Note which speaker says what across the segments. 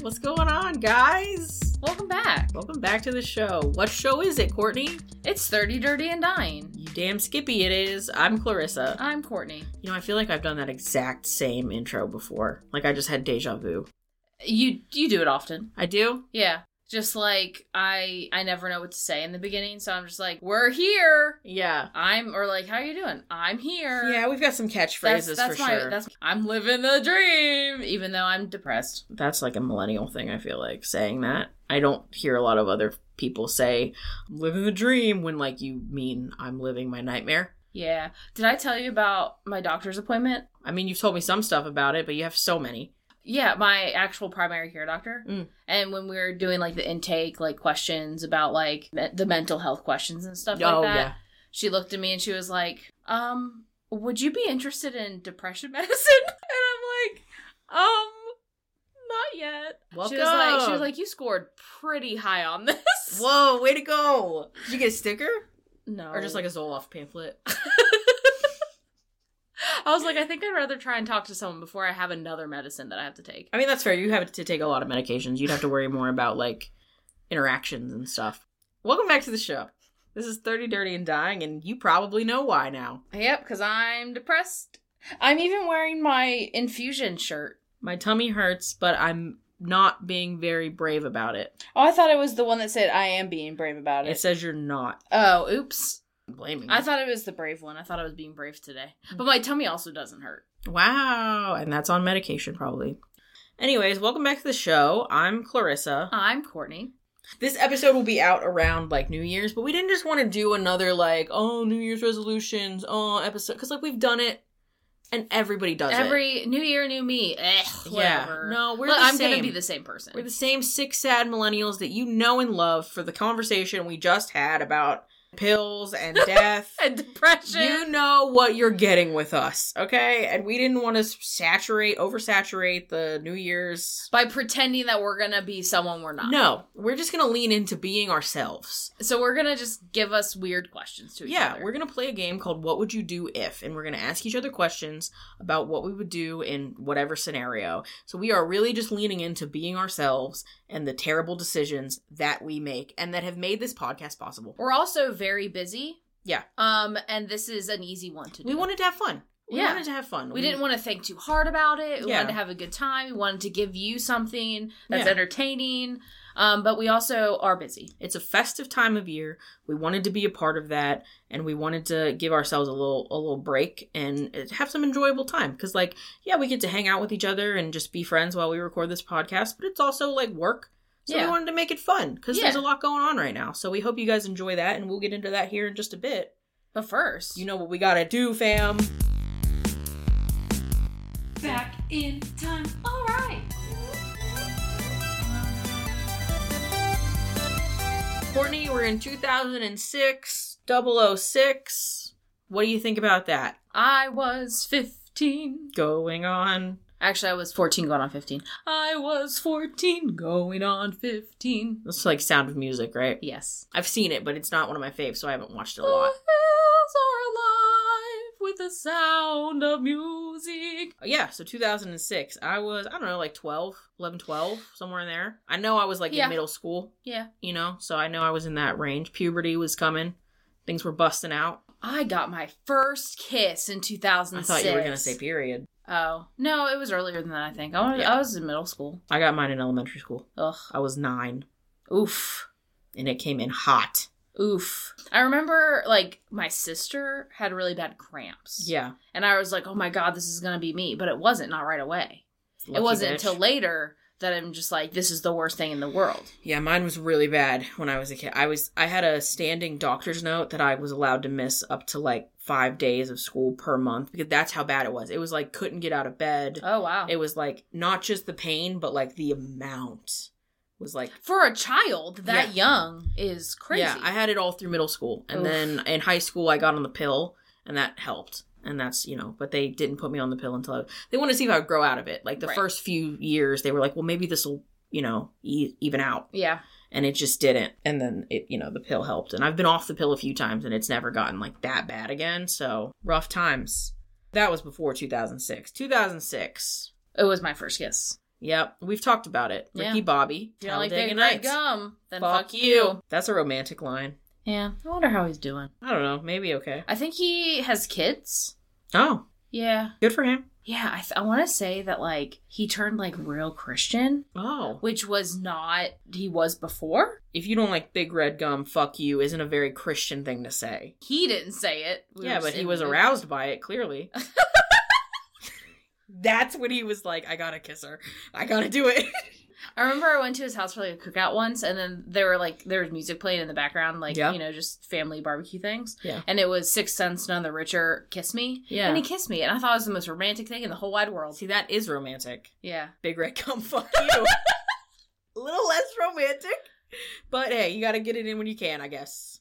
Speaker 1: What's going on, guys?
Speaker 2: Welcome back.
Speaker 1: Welcome back to the show. What show is it, Courtney?
Speaker 2: It's 30 Dirty and Dying.
Speaker 1: You damn Skippy, it is. I'm Clarissa.
Speaker 2: I'm Courtney.
Speaker 1: You know, I feel like I've done that exact same intro before. Like I just had deja vu.
Speaker 2: You you do it often.
Speaker 1: I do?
Speaker 2: Yeah. Just like I I never know what to say in the beginning, so I'm just like, "We're here."
Speaker 1: Yeah.
Speaker 2: I'm or like, "How you doing?" "I'm here."
Speaker 1: Yeah, we've got some
Speaker 2: That's,
Speaker 1: catchphrases
Speaker 2: Er, that's
Speaker 1: for
Speaker 2: my
Speaker 1: sure. That's...
Speaker 2: that's I'm living the dream even though I'm depressed.
Speaker 1: like a millennial thing, I feel like, saying that. I don't hear a lot of other people say, I'm living the dream, when like you mean I'm living my nightmare.
Speaker 2: Yeah. Did I tell you about my doctor's appointment?
Speaker 1: I mean, you've told me some stuff about it, but you have so many.
Speaker 2: Yeah, my actual primary care doctor.
Speaker 1: Mm.
Speaker 2: And when we were doing like the intake, like questions about like me- the mental health questions and stuff
Speaker 1: oh,
Speaker 2: like that,
Speaker 1: yeah.
Speaker 2: she looked at me and she was like, um, would you be interested in depression medicine? And I'm like, um, not yet.
Speaker 1: Welcome.
Speaker 2: She was like, she was like, you scored pretty high on this.
Speaker 1: Whoa, way to go. Did you get a sticker?
Speaker 2: No.
Speaker 1: Or just like a Zoloft pamphlet?
Speaker 2: I was like, I think I'd rather try and talk to someone before I have another medicine that I have to take.
Speaker 1: I mean, that's fair. You have to take a lot of medications. You'd have to worry more about like interactions and stuff. Welcome back to the show. This is 30 Dirty and Dying, and you probably know why now.
Speaker 2: Yep, because I'm depressed. I'm even wearing my infusion shirt.
Speaker 1: My tummy hurts, but I'm not being very brave about it.
Speaker 2: Oh, I thought it was the one that said I am being brave about it.
Speaker 1: It says you're not.
Speaker 2: oh, oops.
Speaker 1: I'm blaming
Speaker 2: I
Speaker 1: you.
Speaker 2: thought it was the brave one. I thought I was being brave today. But my tummy also doesn't hurt.
Speaker 1: Wow. And that's on medication, probably. Anyways, welcome back to the show. I'm Clarissa.
Speaker 2: I'm Courtney.
Speaker 1: this episode will be out around like New Year's, but we didn't just want to do another like oh New Year's resolutions oh episode because like we've done it and everybody does it.
Speaker 2: Every new year, new me. Ugh, whatever.
Speaker 1: Yeah, no, we're
Speaker 2: Look,
Speaker 1: the
Speaker 2: I'm
Speaker 1: same.
Speaker 2: gonna be the same person.
Speaker 1: we're the same sick sad millennials that you know and love for the conversation we just had about pills and death.
Speaker 2: and depression.
Speaker 1: you know what you're getting with us, okay? And we didn't want to saturate oversaturate the New Year's.
Speaker 2: by pretending that we're gonna be someone we're not.
Speaker 1: No, we're just gonna lean into being ourselves.
Speaker 2: So we're gonna just give us weird questions to each
Speaker 1: yeah,
Speaker 2: other.
Speaker 1: we're gonna play a game called "What Would You Do If," and we're gonna ask each other questions about what we would do in whatever scenario. So we are really just leaning into being ourselves and the terrible decisions that we make and that have made this podcast possible.
Speaker 2: We're also very busy.
Speaker 1: Yeah.
Speaker 2: Um, and this is an easy one to do.
Speaker 1: We wanted to have fun. We
Speaker 2: Yeah.
Speaker 1: wanted to have fun.
Speaker 2: We didn't want to think too hard about it. We
Speaker 1: Yeah.
Speaker 2: wanted to have a good time. We wanted to give you something that's
Speaker 1: Yeah.
Speaker 2: entertaining. Um, but we also are busy.
Speaker 1: It's a festive time of year. We wanted to be a part of that, and we wanted to give ourselves a little a little break and uh, have some enjoyable time. Because like, yeah, we get to hang out with each other and just be friends while we record this podcast, but it's also like work. So we
Speaker 2: Yeah.
Speaker 1: wanted to make it fun because there's a
Speaker 2: Yeah.
Speaker 1: lot going on right now. So we hope you guys enjoy that, and we'll get into that here in just a bit.
Speaker 2: But first,
Speaker 1: You know what we gotta do, fam.
Speaker 2: back in time. All right.
Speaker 1: Courtney, we're in 2006, 006. What do you think about that
Speaker 2: I was 15.
Speaker 1: going on?
Speaker 2: Actually, I was 14 going on 15. I was 14 going on 15.
Speaker 1: That's like Sound of Music, right?
Speaker 2: Yes.
Speaker 1: I've seen it, but it's not one of my faves, so I haven't watched it a lot.
Speaker 2: The hills are alive with the sound of music.
Speaker 1: Yeah, so 2006. I was, I don't know, like 12, 11, 12, somewhere in there. I know I was like
Speaker 2: Yeah.
Speaker 1: in middle school,
Speaker 2: Yeah.
Speaker 1: you know, so I know I was in that range. Puberty was coming, things were busting out.
Speaker 2: I got my first kiss in 2006.
Speaker 1: I thought you were going to say period.
Speaker 2: Oh no, it was earlier than that. I think I was,
Speaker 1: Yeah.
Speaker 2: I was in middle school.
Speaker 1: I got mine in elementary school.
Speaker 2: Ugh.
Speaker 1: I was nine,
Speaker 2: Oof.
Speaker 1: and it came in hot.
Speaker 2: Oof. I remember like my sister had really bad cramps.
Speaker 1: Yeah.
Speaker 2: And I was like, oh my god, this is gonna be me. But it wasn't. Not right away.
Speaker 1: Lucky
Speaker 2: it wasn't
Speaker 1: bitch.
Speaker 2: until later that I'm just like, this is the worst thing in the world.
Speaker 1: Yeah, mine was really bad when I was a kid. I was I had a standing doctor's note that I was allowed to miss up to like 5 days of school per month because that's how bad it was. It was like couldn't get out of bed.
Speaker 2: Oh wow.
Speaker 1: It was like not just the pain but like the amount was like
Speaker 2: For a child that young is crazy.
Speaker 1: Yeah, I had it all through middle school. And
Speaker 2: Oof.
Speaker 1: then in high school I got on the pill and that helped. And that's, you know, but they didn't put me on the pill until I, they wanted to see if I would grow out of it. Like the
Speaker 2: Right.
Speaker 1: first few years they were like, "Well, maybe this will, you know, e- even out."
Speaker 2: yeah.
Speaker 1: and it just didn't and then it you know the pill helped and i've been off the pill a few times and it's never gotten like that bad again so rough times that was before 2006 2006
Speaker 2: It was my first kiss.
Speaker 1: Yep, we've talked about it.
Speaker 2: Yeah.
Speaker 1: Ricky Bobby,
Speaker 2: You know, like
Speaker 1: Talladega
Speaker 2: big red
Speaker 1: Nights.
Speaker 2: gum, then
Speaker 1: fuck,
Speaker 2: fuck
Speaker 1: you. That's a romantic line.
Speaker 2: Yeah, I wonder how he's doing.
Speaker 1: I don't know. Maybe okay.
Speaker 2: I think he has kids.
Speaker 1: Oh,
Speaker 2: Yeah.
Speaker 1: good for him.
Speaker 2: Yeah, I, th- I want to say that like he turned like real Christian,
Speaker 1: Oh,
Speaker 2: which was not he was before.
Speaker 1: if you don't like big red gum, fuck you isn't a very Christian thing to say.
Speaker 2: He didn't say it. We
Speaker 1: yeah,
Speaker 2: were
Speaker 1: but
Speaker 2: just
Speaker 1: he
Speaker 2: in
Speaker 1: was
Speaker 2: the-
Speaker 1: aroused by it clearly. That's when he was like, "I gotta kiss her. I gotta do it."
Speaker 2: I remember I went to his house for like a cookout once, and then there were like there was music playing in the background, like
Speaker 1: Yeah.
Speaker 2: you know just family barbecue things.
Speaker 1: Yeah.
Speaker 2: and it was Six Sense, None the Richer, Kiss Me,
Speaker 1: Yeah.
Speaker 2: and he kissed me, and I thought it was the most romantic thing in the whole wide world.
Speaker 1: See, that is romantic.
Speaker 2: Yeah,
Speaker 1: Big red gum, fuck you. a little less romantic, but hey, you gotta get it in when you can, I guess.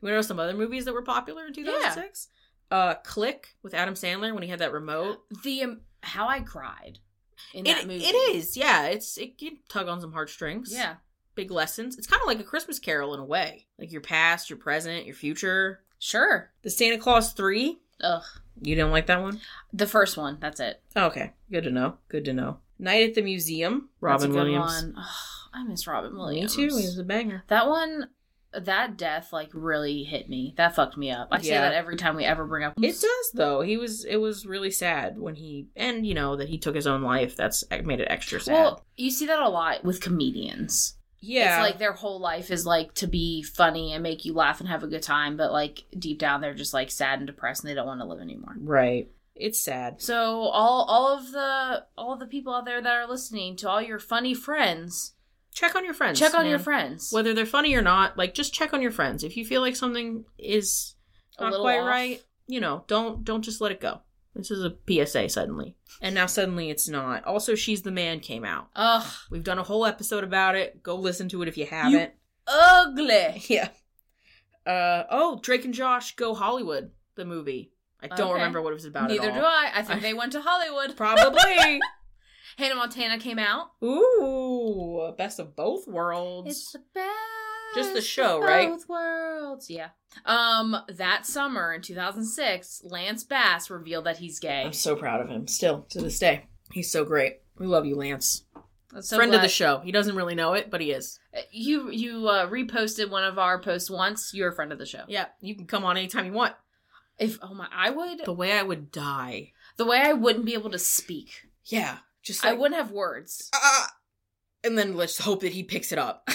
Speaker 1: You wanna know some other movies that were popular in 2006? Uh, Click with Adam Sandler when he had that remote.
Speaker 2: the um, how I cried in
Speaker 1: It-
Speaker 2: that movie.
Speaker 1: it is, yeah. It's it can tug on some heartstrings.
Speaker 2: Yeah,
Speaker 1: big lessons. It's kind of like a Christmas Carol in a way, like your past, your present, your future.
Speaker 2: sure.
Speaker 1: The Santa Claus Three.
Speaker 2: Ugh,
Speaker 1: You didn't like that one?
Speaker 2: the first one. That's it.
Speaker 1: Okay, good to know. Good to know. Night at the Museum.
Speaker 2: That's a
Speaker 1: Robin
Speaker 2: good
Speaker 1: Williams.
Speaker 2: one. Ugh, I miss Robin
Speaker 1: Me
Speaker 2: Williams.
Speaker 1: too. He was a banger.
Speaker 2: That one, that death like really hit me. That fucked me up. I say
Speaker 1: Yeah.
Speaker 2: that every time we ever bring up.
Speaker 1: It does though. He was. It was really sad when he and you know that he took his own life. That's made it extra sad.
Speaker 2: Well, you see that a lot with comedians.
Speaker 1: yeah.
Speaker 2: It's like their whole life is like to be funny and make you laugh and have a good time, but like deep down they're just like sad and depressed and they don't want to live anymore.
Speaker 1: right. It's sad.
Speaker 2: So all all of the all of the people out there that are listening to all your funny friends,
Speaker 1: Check on your friends.
Speaker 2: check on your
Speaker 1: man.
Speaker 2: friends.
Speaker 1: Whether they're funny or not, like just check on your friends. If you feel like something is
Speaker 2: A
Speaker 1: not
Speaker 2: little
Speaker 1: quite
Speaker 2: off.
Speaker 1: right, you know, don't don't just let it go. This is a PSA suddenly. And now suddenly it's not. Also, She's the Man came out.
Speaker 2: Ugh,
Speaker 1: We've done a whole episode about it. Go listen to it if you haven't.
Speaker 2: ugly.
Speaker 1: Yeah. Uh oh, Drake and Josh go Hollywood, the movie. I don't
Speaker 2: Okay.
Speaker 1: remember what it was about.
Speaker 2: Neither
Speaker 1: at
Speaker 2: do
Speaker 1: all.
Speaker 2: I. I think they went to Hollywood.
Speaker 1: Probably.
Speaker 2: Hannah Montana came out.
Speaker 1: Ooh, best of both worlds.
Speaker 2: It's the best.
Speaker 1: Just the show,
Speaker 2: of
Speaker 1: right?
Speaker 2: Both worlds. Yeah. Um, that summer in 2006, Lance Bass revealed that he's gay.
Speaker 1: I'm so proud of him. Still to this day, he's so great. We love you, Lance.
Speaker 2: I'm so
Speaker 1: Friend of the
Speaker 2: glad-
Speaker 1: show. He doesn't really know it, but he is.
Speaker 2: You you uh, reposted one of our posts once. You're a friend of the show.
Speaker 1: Yeah, you can come on anytime you want.
Speaker 2: If oh my, I would
Speaker 1: The way I would die.
Speaker 2: the way I wouldn't be able to speak.
Speaker 1: Yeah, just
Speaker 2: I wouldn't have words.
Speaker 1: "Ah," and then let's hope that he picks it up.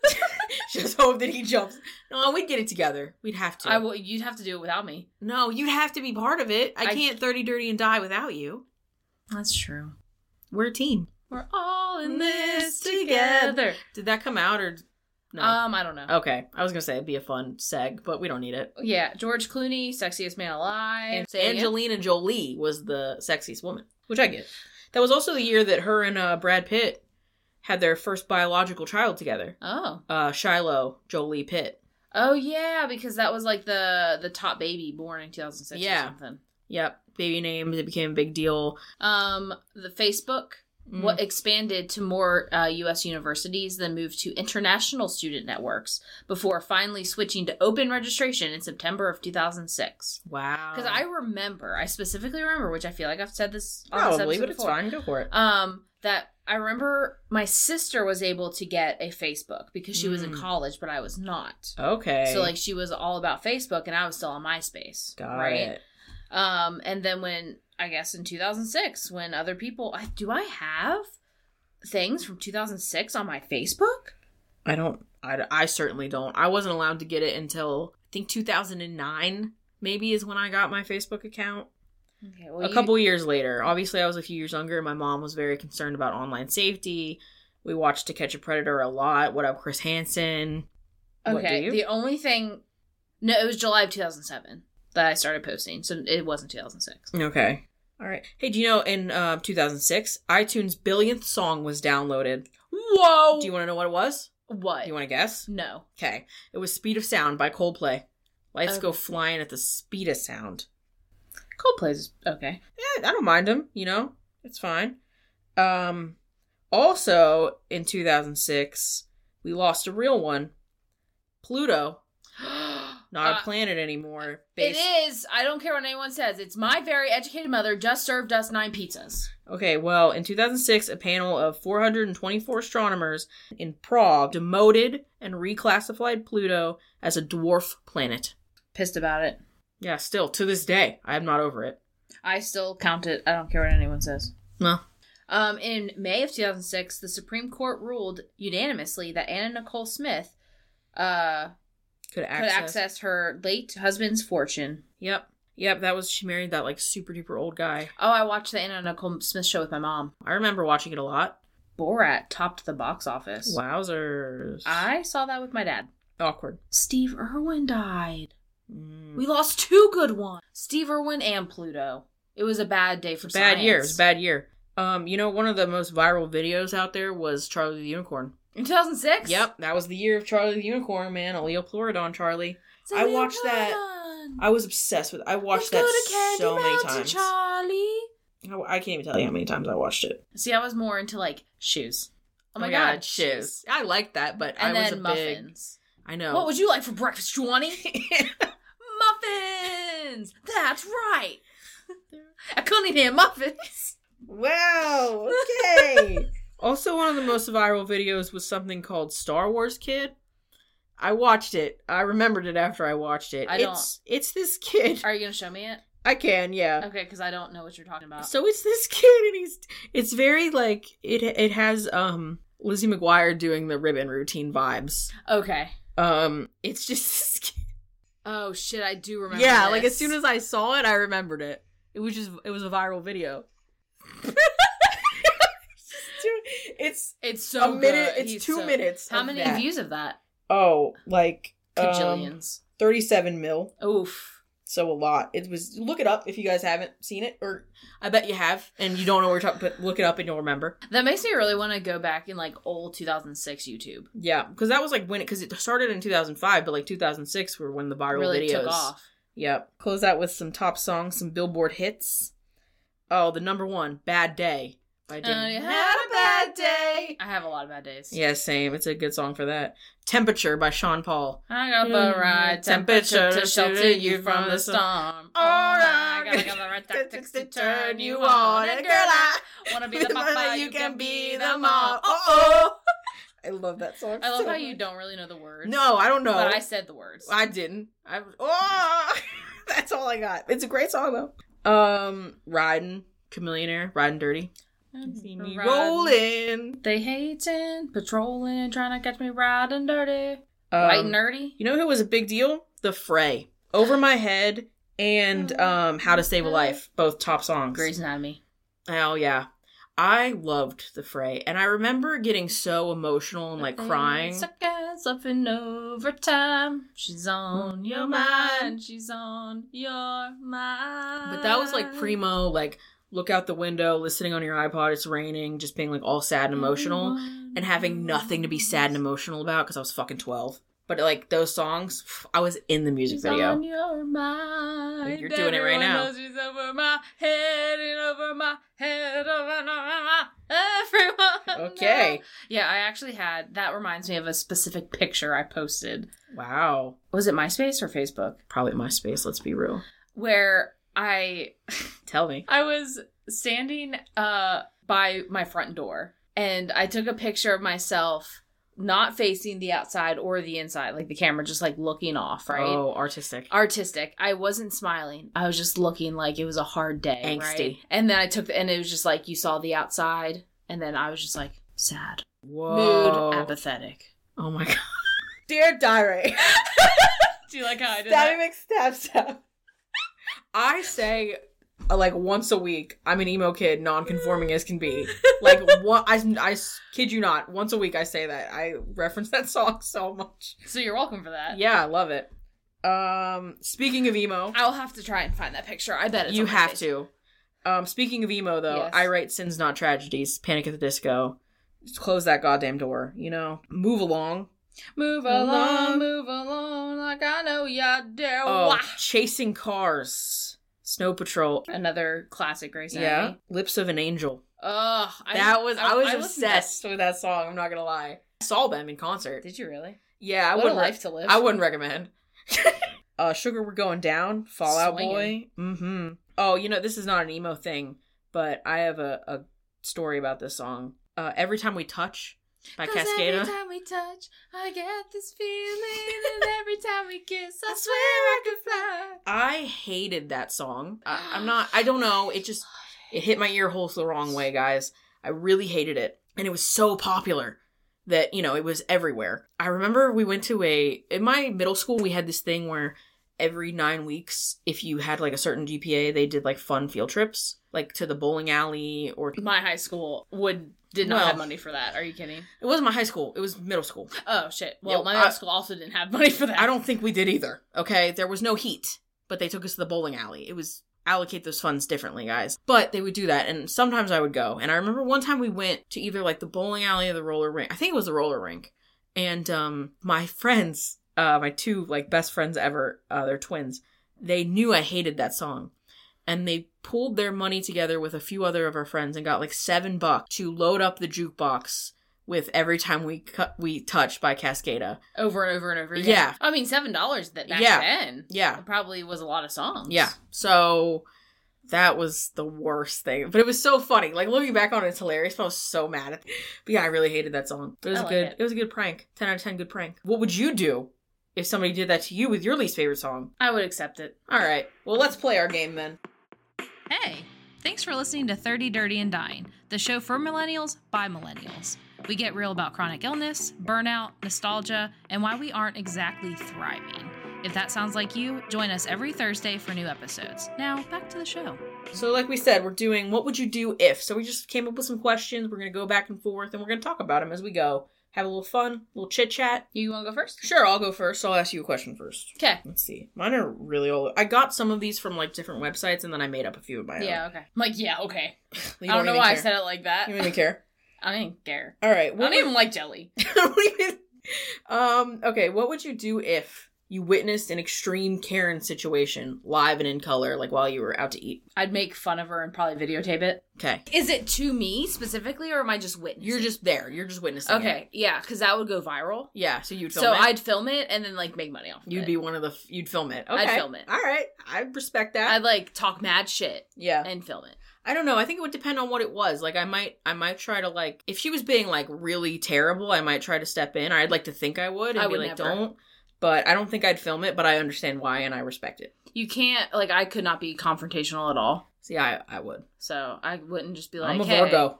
Speaker 1: just hope that he jumps. No, we'd get it together. We'd have to.
Speaker 2: I would. You'd have to do it without me.
Speaker 1: no, you'd have to be part of it. I,
Speaker 2: I-
Speaker 1: can't thirty dirty and die without you.
Speaker 2: That's true.
Speaker 1: We're a team.
Speaker 2: We're all in
Speaker 1: This
Speaker 2: this
Speaker 1: together.
Speaker 2: together.
Speaker 1: Did that come out or no?
Speaker 2: Um, I don't know.
Speaker 1: okay, I was gonna say it'd be a fun seg, but we don't need it.
Speaker 2: Yeah, George Clooney, sexiest man alive.
Speaker 1: And
Speaker 2: Say it.
Speaker 1: Angelina Jolie was the sexiest woman, which I get. That was also the year that her and uh, Brad Pitt had their first biological child together.
Speaker 2: Oh,
Speaker 1: Uh, Shiloh Jolie Pitt.
Speaker 2: oh yeah, because that was like the the top baby born in 2006
Speaker 1: Yeah.
Speaker 2: or something.
Speaker 1: Yep, baby names. It became a big deal.
Speaker 2: Um, the Facebook
Speaker 1: Mm.
Speaker 2: what expanded to more uh, U.S. universities, then moved to international student networks before finally switching to open registration in September of 2006.
Speaker 1: Wow.
Speaker 2: Because I remember, I specifically remember, which I feel like I've said this on this
Speaker 1: probably,
Speaker 2: episode
Speaker 1: but it's
Speaker 2: before,
Speaker 1: fine. Go for it.
Speaker 2: Um, that I remember my sister was able to get a Facebook because she was in
Speaker 1: Mm.
Speaker 2: college, but I was not.
Speaker 1: okay.
Speaker 2: So like she was all about Facebook, and I was still on MySpace.
Speaker 1: got it.
Speaker 2: Um, and then when I guess in 2006, when other people, I, do I have things from 2006 on my Facebook?
Speaker 1: I don't. I, I certainly don't. I wasn't allowed to get it until I think 2009. Maybe is when I got my Facebook account.
Speaker 2: Okay, well,
Speaker 1: a couple years later. Obviously, I was a few years younger. My mom was very concerned about online safety. We watched To Catch a Predator a lot. What up, Chris Hansen?
Speaker 2: You,
Speaker 1: What, do
Speaker 2: okay,
Speaker 1: you?
Speaker 2: the only thing, no, it was July of 2007 that I started posting, so it wasn't 2006.
Speaker 1: Okay. All right. Hey, do you know in uh, 2006, iTunes' billionth song was downloaded?
Speaker 2: Whoa!
Speaker 1: Do you want to know what it was?
Speaker 2: what?
Speaker 1: You want to guess?
Speaker 2: no.
Speaker 1: Okay. It was Speed of Sound by Coldplay. Lights
Speaker 2: Okay.
Speaker 1: go flying at the speed of sound.
Speaker 2: Coldplay's okay.
Speaker 1: Yeah, I don't mind them, you know? It's fine. Um also in 2006, we lost a real one. Pluto not our
Speaker 2: Uh,
Speaker 1: planet anymore.
Speaker 2: It
Speaker 1: Based,
Speaker 2: is. I don't care what anyone says. It's my very educated mother just served us nine pizzas.
Speaker 1: Okay, well, in 2006, a panel of 424 astronomers in Prague demoted and reclassified Pluto as a dwarf planet.
Speaker 2: Pissed about it.
Speaker 1: Yeah, still to this day, I am not over it.
Speaker 2: I still count it. I don't care what anyone says.
Speaker 1: Well,
Speaker 2: Um, in May of 2006, the Supreme Court ruled unanimously that Anna Nicole Smith uh,
Speaker 1: could
Speaker 2: could
Speaker 1: access.
Speaker 2: access her late husband's fortune.
Speaker 1: Yep, yep. That was she married that like super duper old guy.
Speaker 2: Oh, I watched the Anna Nicole Smith show with my mom.
Speaker 1: I remember watching it a lot.
Speaker 2: Borat topped the box office.
Speaker 1: Wowzers!
Speaker 2: I saw that with my dad.
Speaker 1: Awkward.
Speaker 2: Steve Irwin died.
Speaker 1: Mm.
Speaker 2: We lost two good ones. Steve Irwin and Pluto. It was a bad day for
Speaker 1: bad
Speaker 2: science.
Speaker 1: year. It was a bad year. Um, you know, one of the most viral videos out there was Charlie the Unicorn.
Speaker 2: In 2006?
Speaker 1: Yep, that was the year of Charlie the Unicorn, man. A Leopleurodon Charlie. I watched that.
Speaker 2: Zion.
Speaker 1: I was obsessed with. I watched
Speaker 2: Let's go to
Speaker 1: that
Speaker 2: Candy
Speaker 1: so many
Speaker 2: Mountain,
Speaker 1: times.
Speaker 2: Charlie.
Speaker 1: I- I can't even tell you how many times I watched it.
Speaker 2: See, I was more into like shoes. Oh my god,
Speaker 1: shiz! I liked that, but
Speaker 2: And
Speaker 1: I was
Speaker 2: then
Speaker 1: a big.
Speaker 2: muffins.
Speaker 1: I know.
Speaker 2: What would you like for breakfast, Johnny? muffins. That's right. I couldn't even hear muffins.
Speaker 1: wow. Okay. also, one of the most viral videos was something called Star Wars Kid. I watched it. I remembered it after I watched it.
Speaker 2: I don't-
Speaker 1: it's it's this kid.
Speaker 2: Are you gonna show me it?
Speaker 1: I can, yeah.
Speaker 2: Okay, because I don't know what you're talking about.
Speaker 1: So it's this kid, and he's it's very like it. It has um Lizzie McGuire doing the ribbon routine vibes.
Speaker 2: okay.
Speaker 1: Um, it's just this kid.
Speaker 2: Oh shit, I do remember.
Speaker 1: yeah
Speaker 2: this.
Speaker 1: like as soon as i saw it i remembered it it was just it was a viral video it's
Speaker 2: it's so
Speaker 1: a minute
Speaker 2: good.
Speaker 1: it's
Speaker 2: He's
Speaker 1: two
Speaker 2: so-
Speaker 1: minutes
Speaker 2: How
Speaker 1: of
Speaker 2: many
Speaker 1: that.
Speaker 2: views of that?
Speaker 1: oh like um,
Speaker 2: Cajillions.
Speaker 1: 37 mil
Speaker 2: Oof.
Speaker 1: so a lot it was look it up if you guys haven't seen it or i bet you have and you don't know what we're talking but look it up and you'll remember
Speaker 2: That makes me really want to go back in like old 2006 YouTube.
Speaker 1: yeah because that was like when it because it started in 2005 but like 2006 were when the viral
Speaker 2: really
Speaker 1: videos
Speaker 2: took off.
Speaker 1: Yep. Close out with some top songs, some Billboard hits. Oh, the number one, "Bad Day" by Dame.
Speaker 2: Oh, you had a bad day. I have a lot of bad days.
Speaker 1: Yeah, same. It's a good song for that. "Temperature" by Sean Paul.
Speaker 2: I got the
Speaker 1: Mm,
Speaker 2: right temperature to shelter you from the storm. Oh,
Speaker 1: Alright.
Speaker 2: I gotta got the right tactics to turn you on. And girl, I wanna be the papa, you can be the mom. Oh,
Speaker 1: oh. I love that song.
Speaker 2: I love
Speaker 1: so
Speaker 2: how you
Speaker 1: much.
Speaker 2: don't really know the words.
Speaker 1: No, I don't know.
Speaker 2: But I said the words.
Speaker 1: I didn't. I oh, that's all I got. It's a great song though. Um, riding, chameleonaire, riding dirty. See me rolling.
Speaker 2: They hating, patrolling, and trying to catch me riding dirty.
Speaker 1: Um,
Speaker 2: White nerdy.
Speaker 1: You know who was a big deal? The Fray. Over my head and um How to Save a Life, both top songs.
Speaker 2: Grey's Anatomy.
Speaker 1: Oh yeah. I loved The Fray and I remember getting so emotional and like crying.
Speaker 2: Suckers up in overtime. She's on your mind. She's on your mind.
Speaker 1: But that was like primo like look out the window, listening on your iPod, it's raining, just being like all sad and emotional
Speaker 2: Mm-hmm.
Speaker 1: and having nothing to be sad and emotional about cuz I was fucking 12. But like those songs, pff, I was in the music
Speaker 2: She's
Speaker 1: video.
Speaker 2: on your mind.
Speaker 1: You're doing it right
Speaker 2: Everyone
Speaker 1: now.
Speaker 2: knows She's over my head and over my head over and over my everyone.
Speaker 1: Okay.
Speaker 2: knows. Yeah, I actually had that reminds me of a specific picture I posted.
Speaker 1: Wow.
Speaker 2: Was it MySpace or Facebook?
Speaker 1: Probably MySpace, let's be real.
Speaker 2: Where I
Speaker 1: Tell me.
Speaker 2: I was standing uh by my front door and I took a picture of myself not facing the outside or the inside, like the camera just like looking off, right?
Speaker 1: Oh, artistic.
Speaker 2: Artistic. I wasn't smiling. I was just looking like it was a hard day.
Speaker 1: Angsty.
Speaker 2: Right? And then I took the and it was just like you saw the outside and then I was just like sad.
Speaker 1: Whoa.
Speaker 2: Mood apathetic.
Speaker 1: Oh my god. Dear diary,
Speaker 2: Do you like how I did
Speaker 1: stab stab. I say uh, like once a week, I'm an emo kid, non-conforming as can be. Like what I, I s- kid you not, once a week I say that. I reference that song so much.
Speaker 2: So you're welcome for that.
Speaker 1: Yeah, I love it. Um speaking of emo,
Speaker 2: I'll have to try and find that picture. I bet it's
Speaker 1: you
Speaker 2: on my
Speaker 1: have
Speaker 2: face.
Speaker 1: to. Um speaking of emo though,
Speaker 2: Yes.
Speaker 1: I write sins not tragedies, panic at the disco. Just close that goddamn door, you know. Move along.
Speaker 2: Move
Speaker 1: along.
Speaker 2: along, move along, like I know ya dare.
Speaker 1: Oh,
Speaker 2: Wah.
Speaker 1: chasing cars. Snow Patrol.
Speaker 2: Another classic Grey's
Speaker 1: Yeah.
Speaker 2: Anatomy.
Speaker 1: Lips of an Angel.
Speaker 2: Oh,
Speaker 1: that was I, was
Speaker 2: listened to-
Speaker 1: obsessed with that song, I'm not gonna lie. I saw them in concert.
Speaker 2: Did you really?
Speaker 1: Yeah, I
Speaker 2: what a
Speaker 1: wouldn't re-
Speaker 2: life to live.
Speaker 1: I wouldn't recommend. Uh, Sugar, we're going down. Fallout Boy.
Speaker 2: Swinging.
Speaker 1: Mm-hmm. Oh, you know this is not an emo thing, but I have a, a story about this song. Uh, Every time we touch by
Speaker 2: 'Cause
Speaker 1: Cascada.
Speaker 2: Every time we touch, I get this feeling, and every time we kiss, I swear I could fly.
Speaker 1: I hated that song. I, I'm not. I don't know. It just it hit my ear holes the wrong way, guys. I really hated it, and it was so popular that you know it was everywhere. I remember we went to a in my middle school we had this thing where every nine weeks, if you had like a certain GPA, they did like fun field trips, like to the bowling alley or it
Speaker 2: My high school would did not
Speaker 1: Well-
Speaker 2: have money for that. Are you kidding?
Speaker 1: wasn't my high school, it was middle school.
Speaker 2: Oh shit. Well,
Speaker 1: Yo,
Speaker 2: my
Speaker 1: I-
Speaker 2: high school also didn't have money for that.
Speaker 1: I don't think we did either. Okay, there was no heat, but they took us to the bowling alley. It was allocate those funds differently, guys. But they would do that, and sometimes I would go. And I remember one time we went to either like the bowling alley or the roller rink. I think it was the roller rink. And um, my friends, uh, my two like best friends ever, uh, they're twins. They knew I hated that song. And they pulled their money together with a few other of our friends and got like seven bucks to load up the jukebox with "Every Time We Cut We Touch" by Cascada.
Speaker 2: over and over and over again.
Speaker 1: Yeah.
Speaker 2: I mean, seven dollars that back
Speaker 1: Yeah.
Speaker 2: then.
Speaker 1: Yeah,
Speaker 2: It probably was a lot of songs.
Speaker 1: Yeah. So that was the worst thing. But it was so funny. Like looking back on it, it's hilarious, but I was so mad at But yeah, I really hated that song. But it was
Speaker 2: I
Speaker 1: a
Speaker 2: like
Speaker 1: good
Speaker 2: it.
Speaker 1: it. was a good prank. Ten out of ten good prank. What would you do if somebody did that to you with your least favorite song?
Speaker 2: I would accept it.
Speaker 1: Alright. Well let's play our game then.
Speaker 2: Hey, thanks for listening to 30 Dirty and Dying, the show for millennials by millennials. We get real about chronic illness, burnout, nostalgia, and why we aren't exactly thriving. If that sounds like you, join us every Thursday for new episodes. Now, back to the show.
Speaker 1: So like we said, we're doing what would you do if? So we just came up with some questions. We're gonna go back and forth and we're gonna talk about them as we go. Have a little fun, a little chit chat.
Speaker 2: You want to go first?
Speaker 1: Sure, I'll go first. I'll ask you a question first.
Speaker 2: Okay.
Speaker 1: Let's see. Mine are really old. I got some of these from like different websites, and then I made up a few of my own.
Speaker 2: okay. I'm like, yeah, okay.
Speaker 1: You
Speaker 2: I don't know
Speaker 1: even
Speaker 2: why I
Speaker 1: care.
Speaker 2: said it like that.
Speaker 1: You don't even care.
Speaker 2: I didn't care.
Speaker 1: All right.
Speaker 2: I
Speaker 1: What
Speaker 2: don't even like jelly.
Speaker 1: would- don't even- um. Okay. What would you do if you witnessed an extreme Karen situation live and in color, like while you were out to eat?
Speaker 2: I'd make fun of her and probably videotape it.
Speaker 1: Okay.
Speaker 2: Is it to me specifically, or am I just witnessing?
Speaker 1: You're just there. You're just witnessing. it.
Speaker 2: okay, yeah, because that would go viral.
Speaker 1: Yeah. So you'd film
Speaker 2: So
Speaker 1: it.
Speaker 2: I'd film it and then like make money off. of
Speaker 1: You'd
Speaker 2: it.
Speaker 1: be one of the. f- You'd film it. Okay.
Speaker 2: I'd film it.
Speaker 1: All right. I respect that.
Speaker 2: I'd like talk mad shit
Speaker 1: yeah.
Speaker 2: and film it.
Speaker 1: I don't know. I think it would depend on what it was. Like I might I might try to like if she was being like really terrible, I might try to step in. I'd like to think I would and
Speaker 2: I
Speaker 1: be
Speaker 2: would
Speaker 1: like
Speaker 2: never.
Speaker 1: don't. But I don't think I'd film it, but I understand why and I respect it.
Speaker 2: You can't like I could not be confrontational at all.
Speaker 1: See, I I would.
Speaker 2: So I wouldn't just be like,
Speaker 1: I'm a
Speaker 2: hey,
Speaker 1: Virgo.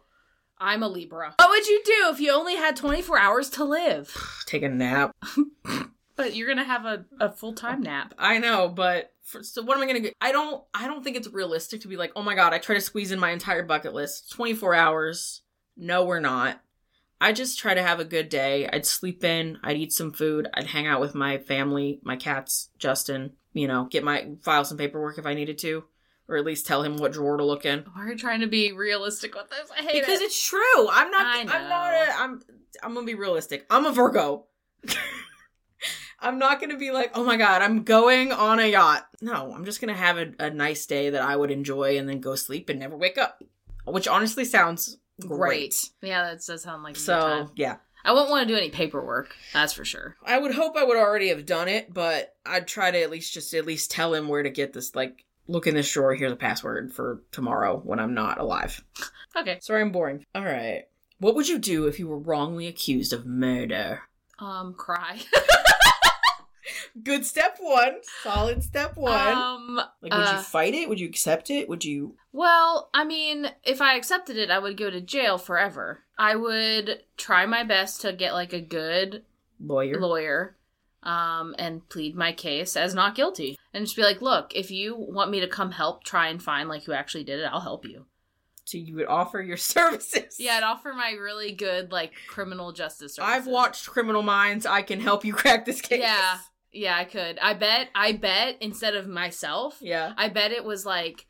Speaker 2: I'm a Libra. What would you do if you only had 24 hours to live?
Speaker 1: Take a nap.
Speaker 2: But you're gonna have a, a full time nap.
Speaker 1: I know, but for, so what am I going to do? I don't I don't think it's realistic to be like, "Oh my god, I try to squeeze in my entire bucket list. 24 hours." No, we're not. I just try to have a good day. I'd sleep in, I'd eat some food, I'd hang out with my family, my cats, Justin, you know, get my file some paperwork if I needed to, or at least tell him what drawer to look in.
Speaker 2: We're trying to be realistic with this. I hate
Speaker 1: Because
Speaker 2: it.
Speaker 1: it's true. I'm not
Speaker 2: I
Speaker 1: I'm
Speaker 2: know.
Speaker 1: not a I'm I'm gonna be realistic. I'm a Virgo. I'm not gonna be like, oh my god, I'm going on a yacht. No, I'm just gonna have a, a nice day that I would enjoy and then go sleep and never wake up. Which honestly sounds great.
Speaker 2: Yeah, that does sound like a good time.
Speaker 1: So yeah.
Speaker 2: I wouldn't want to do any paperwork. That's for sure.
Speaker 1: I would hope I would already have done it, but I'd try to at least just at least tell him where to get this like look in this drawer, here's a password for tomorrow when I'm not alive.
Speaker 2: Okay.
Speaker 1: Sorry I'm boring. Alright. What would you do if you were wrongly accused of murder?
Speaker 2: Um, cry.
Speaker 1: Good step one. Solid step one.
Speaker 2: Um,
Speaker 1: like, would
Speaker 2: uh,
Speaker 1: you fight it? Would you accept it? Would you?
Speaker 2: Well, I mean, if I accepted it, I would go to jail forever. I would try my best to get like a good
Speaker 1: Lawyer.
Speaker 2: lawyer um, and plead my case as not guilty. And just be like, look, if you want me to come help try and find like who actually did it, I'll help you.
Speaker 1: so you would offer your services.
Speaker 2: Yeah, I'd offer my really good like criminal justice services.
Speaker 1: I've watched Criminal Minds. I can help you crack this case.
Speaker 2: Yeah. Yeah, I could. I bet, I bet instead of myself,
Speaker 1: Yeah.
Speaker 2: I bet it was like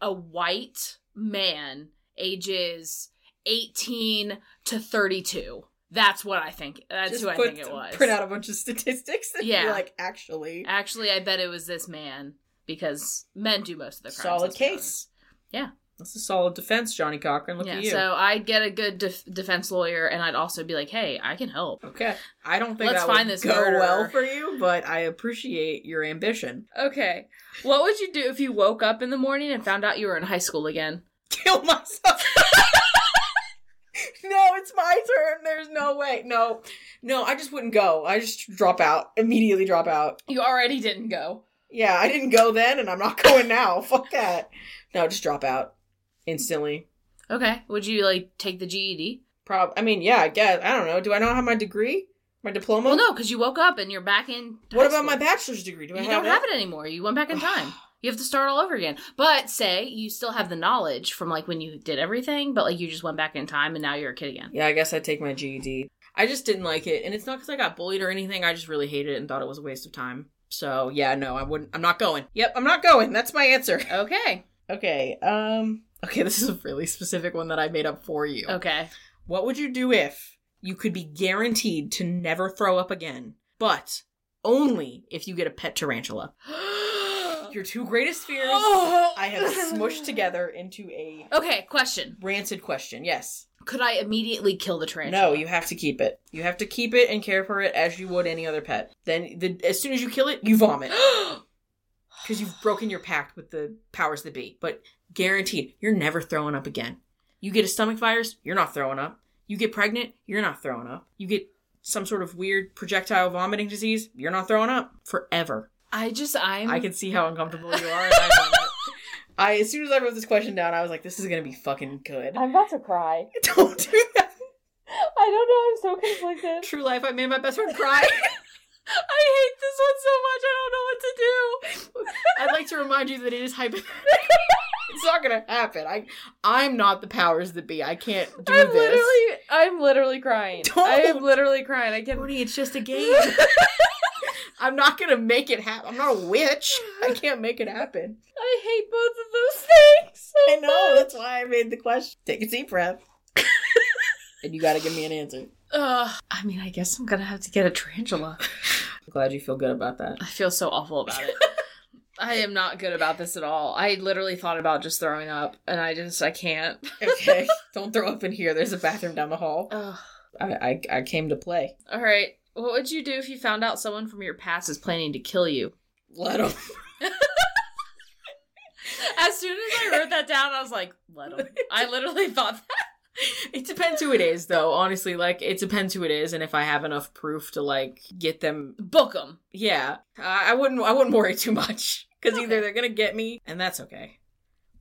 Speaker 2: a white man, ages 18 to 32. That's what I think. That's
Speaker 1: Just
Speaker 2: who I
Speaker 1: put-
Speaker 2: think it was.
Speaker 1: Print out a bunch of statistics. And yeah.
Speaker 2: Yeah.
Speaker 1: like, actually,
Speaker 2: Actually, I bet it was this man because men do most of the crimes.
Speaker 1: solid
Speaker 2: let's be
Speaker 1: case.
Speaker 2: honest. Yeah.
Speaker 1: That's a solid defense, Johnny Cochran. Look
Speaker 2: yeah,
Speaker 1: at you.
Speaker 2: so I'd get a good def- defense lawyer, and I'd also be like, "Hey, I can help."
Speaker 1: okay, I don't think
Speaker 2: Let's
Speaker 1: that
Speaker 2: find
Speaker 1: would
Speaker 2: this
Speaker 1: go
Speaker 2: murderer.
Speaker 1: well for you, but I appreciate your ambition.
Speaker 2: Okay, what would you do if you woke up in the morning and found out you were in high school again?
Speaker 1: Kill myself. no, it's my turn. There's no way. No, no, I just wouldn't go. I just drop out immediately. Drop out.
Speaker 2: You already didn't go.
Speaker 1: Yeah, I didn't go then, and I'm not going now. Fuck that. No, just drop out instantly.
Speaker 2: Okay, would you like take the E GED?
Speaker 1: Prob. I mean, yeah, I guess. I don't know. Do I not have my degree? My diploma?
Speaker 2: Well, no, because you woke up and you're back in.
Speaker 1: What
Speaker 2: high
Speaker 1: about
Speaker 2: school.
Speaker 1: my bachelor's degree? Do I
Speaker 2: you
Speaker 1: have
Speaker 2: don't have it anymore. You went back in time. You have to start all over again. But say you still have the knowledge from like when you did everything, but like you just went back in time and now you're a kid again.
Speaker 1: Yeah, I guess I'd take my GED. I just didn't like it, and it's not because I got bullied or anything. I just really hated it and thought it was a waste of time. So yeah, no, I wouldn't. I'm not going. Yep, I'm not going. That's my answer.
Speaker 2: Okay.
Speaker 1: Okay. Um. Okay, this is a really specific one that I made up for you.
Speaker 2: Okay.
Speaker 1: What would you do if you could be guaranteed to never throw up again, but only if you get a pet tarantula? Your two greatest fears I have smushed together into a
Speaker 2: Okay, question.
Speaker 1: rancid question. Yes.
Speaker 2: Could I immediately kill the tarantula?
Speaker 1: No, you have to keep it. You have to keep it and care for it as you would any other pet. Then, the, as soon as you kill it, you vomit because you've broken your pact with the powers that be. But guaranteed, you're never throwing up again. You get a stomach virus, you're not throwing up. You get pregnant, you're not throwing up. You get some sort of weird projectile vomiting disease, you're not throwing up forever.
Speaker 2: I just I'm
Speaker 1: I can see how uncomfortable you are. And I, vomit. I as soon as I wrote this question down, I was like, "This is gonna be fucking good."
Speaker 2: I'm about to cry.
Speaker 1: Don't do that.
Speaker 2: I don't know, I'm so conflicted.
Speaker 1: True life, I made my best friend cry.
Speaker 2: I hate this one so much, I don't know what to do.
Speaker 1: I'd like to remind you that it is hypothetical. it's not gonna happen. I I'm not the powers that be. I can't do
Speaker 2: I'm
Speaker 1: this.
Speaker 2: literally, I'm literally crying. I am
Speaker 1: Don't.
Speaker 2: literally crying. I can.
Speaker 1: Tony, it's just a game. I'm not gonna make it happen. I'm not a witch. I can't make it happen.
Speaker 2: I hate both of those things. so
Speaker 1: I know.
Speaker 2: much.
Speaker 1: That's why I made the question. Take a deep breath. and you gotta give me an answer.
Speaker 2: Ugh. I mean, I guess I'm gonna have to get a tarantula.
Speaker 1: I'm glad you feel good about that.
Speaker 2: I feel so awful about it. I am not good about this at all. I literally thought about just throwing up, and I just I can't.
Speaker 1: Okay. Don't throw up in here. There's a bathroom down the hall.
Speaker 2: Ugh.
Speaker 1: I I, I came to play.
Speaker 2: All right. What would you do if you found out someone from your past is planning to kill you?
Speaker 1: Let 'em.
Speaker 2: As soon as I wrote that down, I was like, "Let them." I literally thought that.
Speaker 1: it depends who it is though honestly like it depends who it is and if i have enough proof to like get them
Speaker 2: Book them.
Speaker 1: yeah i, I wouldn't i wouldn't worry too much because
Speaker 2: Okay.
Speaker 1: either they're gonna get me and that's okay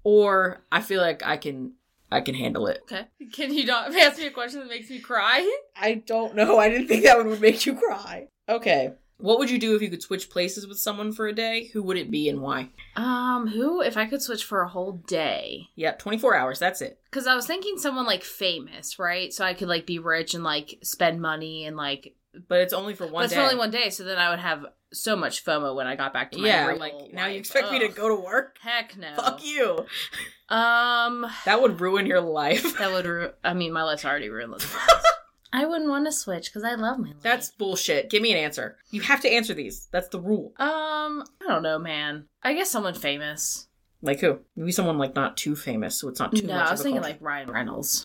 Speaker 1: or i feel like i can i can handle it
Speaker 2: Okay. Can you not ask me a question that makes me cry?
Speaker 1: i don't know i didn't think that one would make you cry okay what would you do if you could switch places with someone for a day who would it be and why
Speaker 2: Um, who? If I could switch for a whole day.
Speaker 1: yep 24 hours that's it
Speaker 2: Because I was thinking someone like famous, right? So I could like be rich and like spend money and like.
Speaker 1: but it's only for
Speaker 2: One
Speaker 1: one
Speaker 2: but it's
Speaker 1: day
Speaker 2: only one day, so then I would have so much FOMO when I got back to my
Speaker 1: yeah
Speaker 2: real
Speaker 1: like now
Speaker 2: life.
Speaker 1: you expect me to
Speaker 2: Ugh.
Speaker 1: go to work
Speaker 2: Heck no.
Speaker 1: fuck you
Speaker 2: Um,
Speaker 1: that would ruin your life
Speaker 2: that would. Ru- I mean, my life's already ruined. let's be honest. I wouldn't want to switch because I love my life.
Speaker 1: That's bullshit. Give me an answer. You have to answer these. That's the rule.
Speaker 2: Um, I don't know, man. I guess someone famous.
Speaker 1: Like who? Maybe someone like not too famous, so it's not too
Speaker 2: no,
Speaker 1: much.
Speaker 2: I was
Speaker 1: of a
Speaker 2: thinking
Speaker 1: culture.
Speaker 2: like Ryan Reynolds.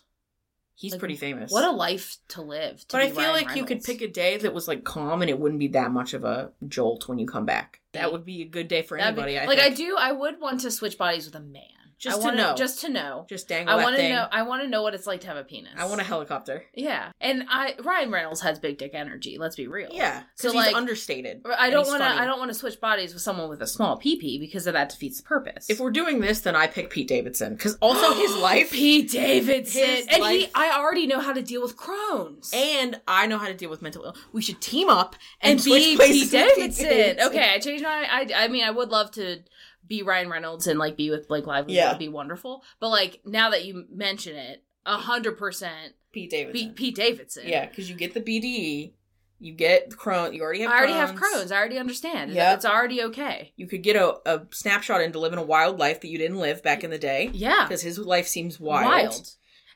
Speaker 1: he's
Speaker 2: like,
Speaker 1: pretty famous.
Speaker 2: What a life to live. To
Speaker 1: but I feel like you could pick a day that was like calm and it wouldn't be that much of a jolt when you come back. That would be a good day for anybody. I
Speaker 2: like
Speaker 1: think.
Speaker 2: I do. I would want to switch bodies with a man.
Speaker 1: Just
Speaker 2: I
Speaker 1: to
Speaker 2: wanna,
Speaker 1: know.
Speaker 2: Just to know.
Speaker 1: just dangle
Speaker 2: I
Speaker 1: that
Speaker 2: want to
Speaker 1: thing.
Speaker 2: know. I want to know what it's like to have a penis.
Speaker 1: I want a helicopter.
Speaker 2: Yeah, and I Ryan Reynolds has big dick energy. Let's be real.
Speaker 1: Yeah,
Speaker 2: So,
Speaker 1: because he's
Speaker 2: like-
Speaker 1: understated.
Speaker 2: I
Speaker 1: and
Speaker 2: don't
Speaker 1: he's
Speaker 2: want to.
Speaker 1: funny.
Speaker 2: I don't want to switch bodies with someone with a small pee pee because then that defeats the purpose.
Speaker 1: If we're doing this, then I pick Pete Davidson because also his life.
Speaker 2: Pete Davidson,
Speaker 1: His
Speaker 2: and he.
Speaker 1: life-
Speaker 2: I already know how to deal with Crohn's.
Speaker 1: And I know how to deal with mental ill. We should team up and,
Speaker 2: and
Speaker 1: switch
Speaker 2: be Pete
Speaker 1: places with
Speaker 2: Davidson. Okay, I changed my. I, I mean, I would love to be Ryan Reynolds and like be with Blake Lively.
Speaker 1: Yeah.
Speaker 2: that would be wonderful. But like now that you mention it, a hundred percent
Speaker 1: Pete Davidson.
Speaker 2: be Pete Davidson.
Speaker 1: Yeah, because you get the BDE, you get Crohn. You already have.
Speaker 2: I already have
Speaker 1: Crohn's.
Speaker 2: Crohn's. I already understand.
Speaker 1: Yep.
Speaker 2: it's already okay.
Speaker 1: You could get a, a snapshot into living a wild life that you didn't live back in the day
Speaker 2: Yeah,
Speaker 1: because his life seems wild.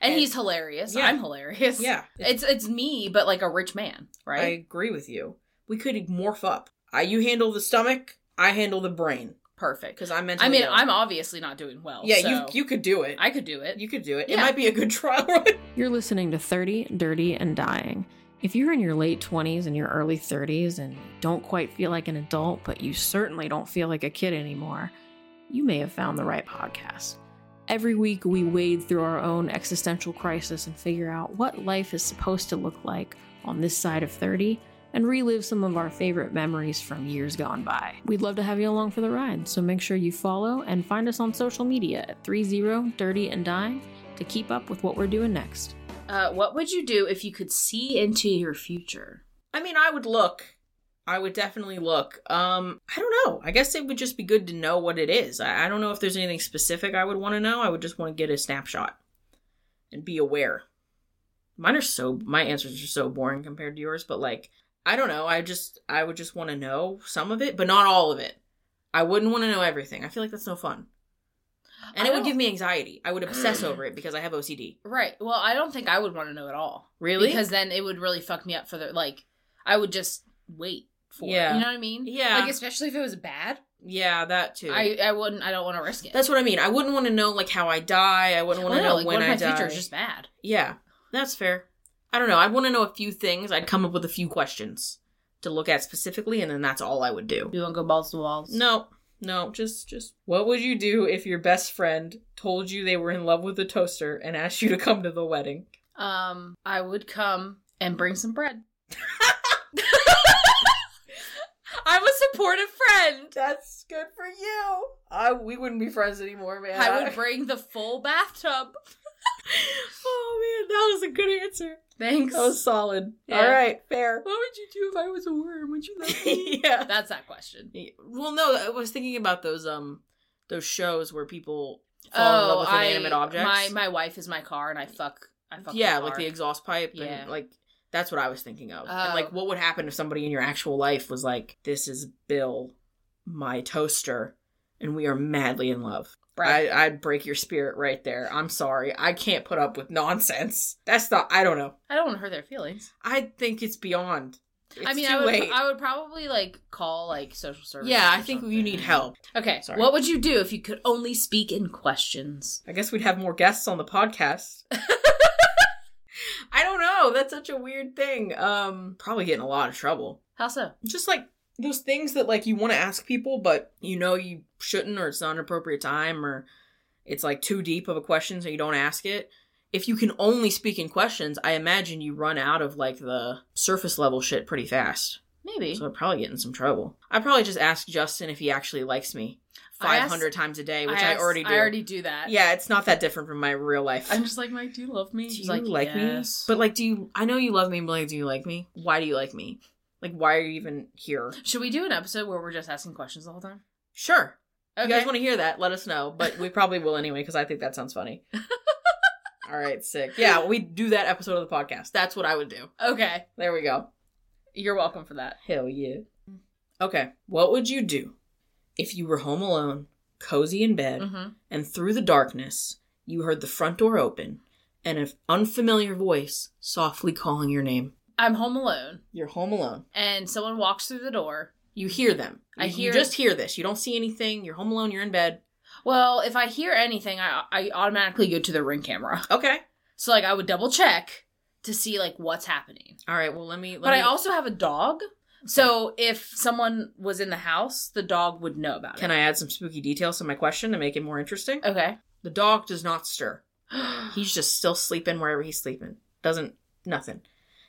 Speaker 2: And,
Speaker 1: And-
Speaker 2: he's hilarious.
Speaker 1: Yeah.
Speaker 2: I'm hilarious.
Speaker 1: Yeah,
Speaker 2: it's it's me, but like a rich man,
Speaker 1: I
Speaker 2: right?
Speaker 1: agree with you. We could morph up. I, you handle the stomach. I handle the brain. perfect because I'm mentally.
Speaker 2: I mean,
Speaker 1: ill.
Speaker 2: I'm obviously not doing well.
Speaker 1: Yeah,
Speaker 2: so
Speaker 1: you you could do it.
Speaker 2: I could do it.
Speaker 1: you could do it. It
Speaker 2: Yeah.
Speaker 1: might be a good trial run.
Speaker 3: You're listening to 30, Dirty, and Dying. If you're in your late 20s and your early 30s and don't quite feel like an adult, but you certainly don't feel like a kid anymore, you may have found the right podcast. Every week, we wade through our own existential crisis and figure out what life is supposed to look like on this side of 30 and relive some of our favorite memories from years gone by. We'd love to have you along for the ride, so make sure you follow and find us on social media at 30 Dirty and Dying to keep up with what we're doing next.
Speaker 2: Uh, what would you do if you could see into your future?
Speaker 1: I mean, I would look. I would definitely look. Um, I don't know. I guess it would just be good to know what it is. I, I don't know if there's anything specific I would want to know. I would just want to get a snapshot and be aware. Mine are so my answers are so boring compared to yours, but like I don't know. I just I would just want to know some of it, but not all of it. I wouldn't want to know everything. I feel like that's no fun. And
Speaker 2: I
Speaker 1: it would
Speaker 2: don't-
Speaker 1: give me anxiety. I would obsess over it because I have OCD.
Speaker 2: Right. Well, I don't think I would want to know at all.
Speaker 1: Really?
Speaker 2: Because then it would really fuck me up for the like. I would just wait for.
Speaker 1: Yeah.
Speaker 2: It, you know what I mean?
Speaker 1: Yeah.
Speaker 2: Like especially if it was bad,
Speaker 1: yeah, that too.
Speaker 2: I I wouldn't. I don't want to risk it.
Speaker 1: That's what I mean. I wouldn't want to know like how I die. I wouldn't want to
Speaker 2: Well, no,
Speaker 1: know
Speaker 2: like,
Speaker 1: when
Speaker 2: what if
Speaker 1: I
Speaker 2: my
Speaker 1: die.
Speaker 2: future is just bad.
Speaker 1: Yeah, that's fair. I don't know. I'd want to know a few things. I'd come up with a few questions to look at specifically, and then that's all I would do.
Speaker 2: You want to go balls to walls?
Speaker 1: No, no, just just. What would you do if your best friend told you they were in love with a toaster and asked you to come to the wedding?
Speaker 2: Um, I would come and bring some bread. I'm a supportive friend.
Speaker 1: That's good for you. I we wouldn't be friends anymore, man.
Speaker 2: I would bring the full bathtub.
Speaker 1: oh man, that was a good answer.
Speaker 2: Thanks.
Speaker 1: That was solid.
Speaker 2: Yeah.
Speaker 1: All right, fair.
Speaker 2: What would you do if I was a worm? Would you love
Speaker 1: yeah.
Speaker 2: That's that question.
Speaker 1: Yeah. Well, no, I was thinking about those um those shows where people fall in love
Speaker 2: Oh,
Speaker 1: with
Speaker 2: I,
Speaker 1: inanimate objects.
Speaker 2: my my wife is my car, and I fuck. I fuck.
Speaker 1: yeah,
Speaker 2: the
Speaker 1: like the
Speaker 2: car.
Speaker 1: exhaust pipe
Speaker 2: Yeah.
Speaker 1: and like that's what I was thinking of. And
Speaker 2: Oh.
Speaker 1: like what would happen if somebody in your actual life was like, This is Bill, my toaster, and we are madly in love.
Speaker 2: Right.
Speaker 1: I, I'd break your spirit right there. I'm sorry. I can't put up with nonsense. That's not I don't know.
Speaker 2: I don't want to hurt their feelings.
Speaker 1: I think it's beyond. It's
Speaker 2: I mean,
Speaker 1: too
Speaker 2: I would.
Speaker 1: late.
Speaker 2: I would probably like call like social services.
Speaker 1: yeah,
Speaker 2: or
Speaker 1: I think you
Speaker 2: something.
Speaker 1: need help.
Speaker 2: Okay.
Speaker 1: Sorry.
Speaker 2: What would you do if you could only speak in questions?
Speaker 1: I guess we'd have more guests on the podcast. I don't know. That's such a weird thing. Um, probably get in a lot of trouble.
Speaker 2: How so?
Speaker 1: Just like those things that like you want to ask people, but you know you shouldn't, or it's not an appropriate time, or it's like too deep of a question, so you don't ask it. If you can only speak in questions, I imagine you run out of like the surface level shit pretty fast.
Speaker 2: Maybe.
Speaker 1: So I'd probably get in some trouble. I'd probably just ask Justin if he actually likes me
Speaker 2: I asked-
Speaker 1: 500 times a day, which I,
Speaker 2: asked-
Speaker 1: already do.
Speaker 2: I already do that.
Speaker 1: Yeah, it's not that different from my real life.
Speaker 2: I'm just like, Mike, do you love me?
Speaker 1: do
Speaker 2: She's
Speaker 1: you like,
Speaker 2: yes.
Speaker 1: me? But like, do you? I know you love me, but like, do you like me? Why do you like me? Like, why are you even here?
Speaker 2: should we do an episode where we're just asking questions the whole time?
Speaker 1: Sure.
Speaker 2: Okay.
Speaker 1: You guys want to hear that? Let us know. But we probably will anyway because I think that sounds funny. All right, sick. Yeah, we do that episode of the podcast. That's what I would do.
Speaker 2: okay.
Speaker 1: There we go.
Speaker 2: You're welcome for that.
Speaker 1: Hell yeah. Okay, what would you do if you were home alone, cozy in bed,
Speaker 2: Mm-hmm.
Speaker 1: and through the darkness you heard the front door open and an unfamiliar voice softly calling your name?
Speaker 2: I'm home alone,
Speaker 1: You're home alone.
Speaker 2: and someone walks through the door.
Speaker 1: You hear them.
Speaker 2: I
Speaker 1: You-
Speaker 2: hear-
Speaker 1: You just hear this. You don't see anything. You're home alone. You're in bed.
Speaker 2: Well, if I hear anything, I I automatically go to the ring camera.
Speaker 1: Okay.
Speaker 2: So like, I would double check to see like what's happening.
Speaker 1: All right. Well, let me. Let
Speaker 2: but
Speaker 1: me,
Speaker 2: I also have a dog, so if someone was in the house, the dog would know about
Speaker 1: can
Speaker 2: it.
Speaker 1: I add some spooky details to my question to make it more interesting?
Speaker 2: Can I? Okay.
Speaker 1: The dog does not stir. He's just still sleeping wherever he's sleeping. Doesn't nothing.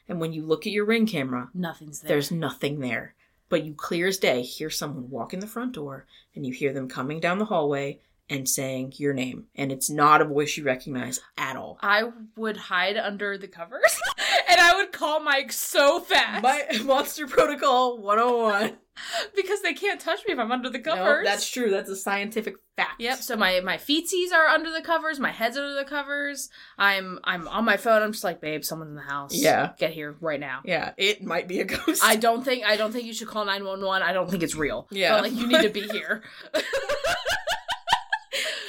Speaker 1: And when you look at your ring camera,
Speaker 2: Nothing's there.
Speaker 1: there's nothing there. But you clear as day hear someone walk in the front door, and you hear them coming down the hallway and saying your name. And it's not a voice you recognize at all.
Speaker 2: I would hide under the covers and I would call Mike so fast
Speaker 1: My Monster Protocol 101.
Speaker 2: because they can't touch me if I'm under the
Speaker 1: No,
Speaker 2: covers.
Speaker 1: that's true. That's a scientific fact.
Speaker 2: Yep. So my my feetsies are under the covers. My head's under the covers. I'm I'm on my phone. I'm just like, babe, someone's in the house.
Speaker 1: Yeah.
Speaker 2: Get here right now.
Speaker 1: Yeah, it might be a ghost.
Speaker 2: I don't think I don't think you should call nine one one. I don't think it's real.
Speaker 1: Yeah.
Speaker 2: But like you need to be here.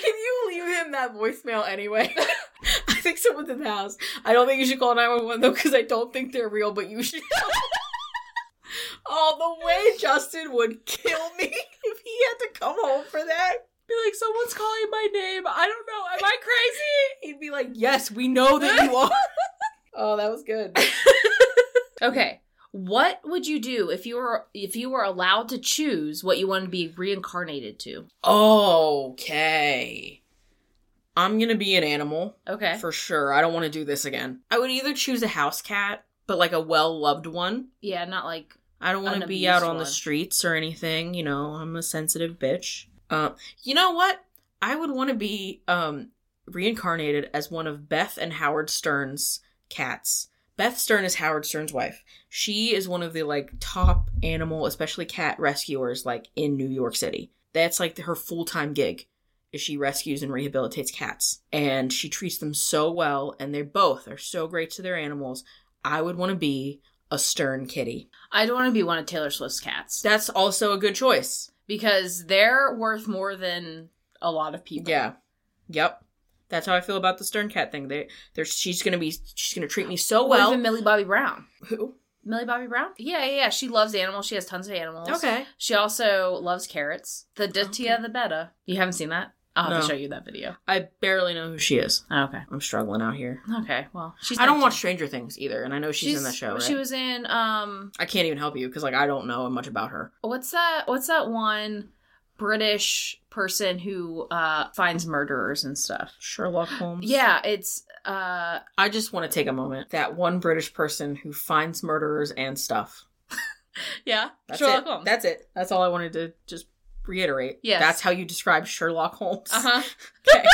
Speaker 1: Can you leave him that voicemail anyway? I think someone's in the house. I don't think you should call 911 though, because I don't think they're real, but you should. oh, the way Justin would kill me if he had to come home for that. Be like, someone's calling my name. I don't know. Am I crazy? He'd be like, yes, we know that you are. oh, that was good.
Speaker 2: Okay. What would you do if you were if you were allowed to choose what you wanted to be reincarnated to?
Speaker 1: Okay. I'm going to be an animal.
Speaker 2: Okay.
Speaker 1: For sure. I don't want to do this again. I would either choose a house cat, but like a well loved one.
Speaker 2: Yeah, not like
Speaker 1: I don't want
Speaker 2: An
Speaker 1: to be out
Speaker 2: abused
Speaker 1: on the
Speaker 2: one.
Speaker 1: streets or anything. You know, I'm a sensitive bitch. Uh, you know what? I would want to be um, reincarnated as one of Beth and Howard Stern's cats. Beth Stern is Howard Stern's wife. She is one of the like top animal, especially cat rescuers, like in New York City. That's like her full time gig. Is she rescues and rehabilitates cats, and she treats them so well, and they both are so great to their animals. I would want to be a Stern kitty.
Speaker 2: I don't want to be one of Taylor Swift's cats
Speaker 1: That's also a good choice.
Speaker 2: because they're worth more than a lot of people.
Speaker 1: Yeah. Yep. That's how I feel about the Stern Cat thing. They, they're, she's gonna be, she's gonna treat me so
Speaker 2: Or
Speaker 1: well.
Speaker 2: even Millie Bobby Brown.
Speaker 1: Who?
Speaker 2: Oh, Millie Bobby Brown? Yeah, yeah, yeah. She loves animals. She has tons of animals.
Speaker 1: Okay.
Speaker 2: She also loves carrots. The Dittia the Betta. You haven't seen that? I'll have to
Speaker 1: No.
Speaker 2: show you that video.
Speaker 1: I barely know who she is.
Speaker 2: Oh, okay.
Speaker 1: I'm struggling out here.
Speaker 2: Okay. Well, she's.
Speaker 1: I don't
Speaker 2: 19.
Speaker 1: watch Stranger Things either, and I know she's, in the show. Right?
Speaker 2: She was in um.
Speaker 1: I can't even help you because like I don't know much about her.
Speaker 2: What's that? What's that one British person who uh finds murderers and stuff?
Speaker 1: Sherlock Holmes.
Speaker 2: Yeah, it's uh.
Speaker 1: I just want to take a moment. That one British person who finds murderers and stuff.
Speaker 2: Yeah,
Speaker 1: That's
Speaker 2: Sherlock
Speaker 1: it.
Speaker 2: Holmes.
Speaker 1: That's it. That's all I wanted to just reiterate.
Speaker 2: Yes.
Speaker 1: That's how you describe Sherlock Holmes.
Speaker 2: uh huh.
Speaker 1: Uh-huh.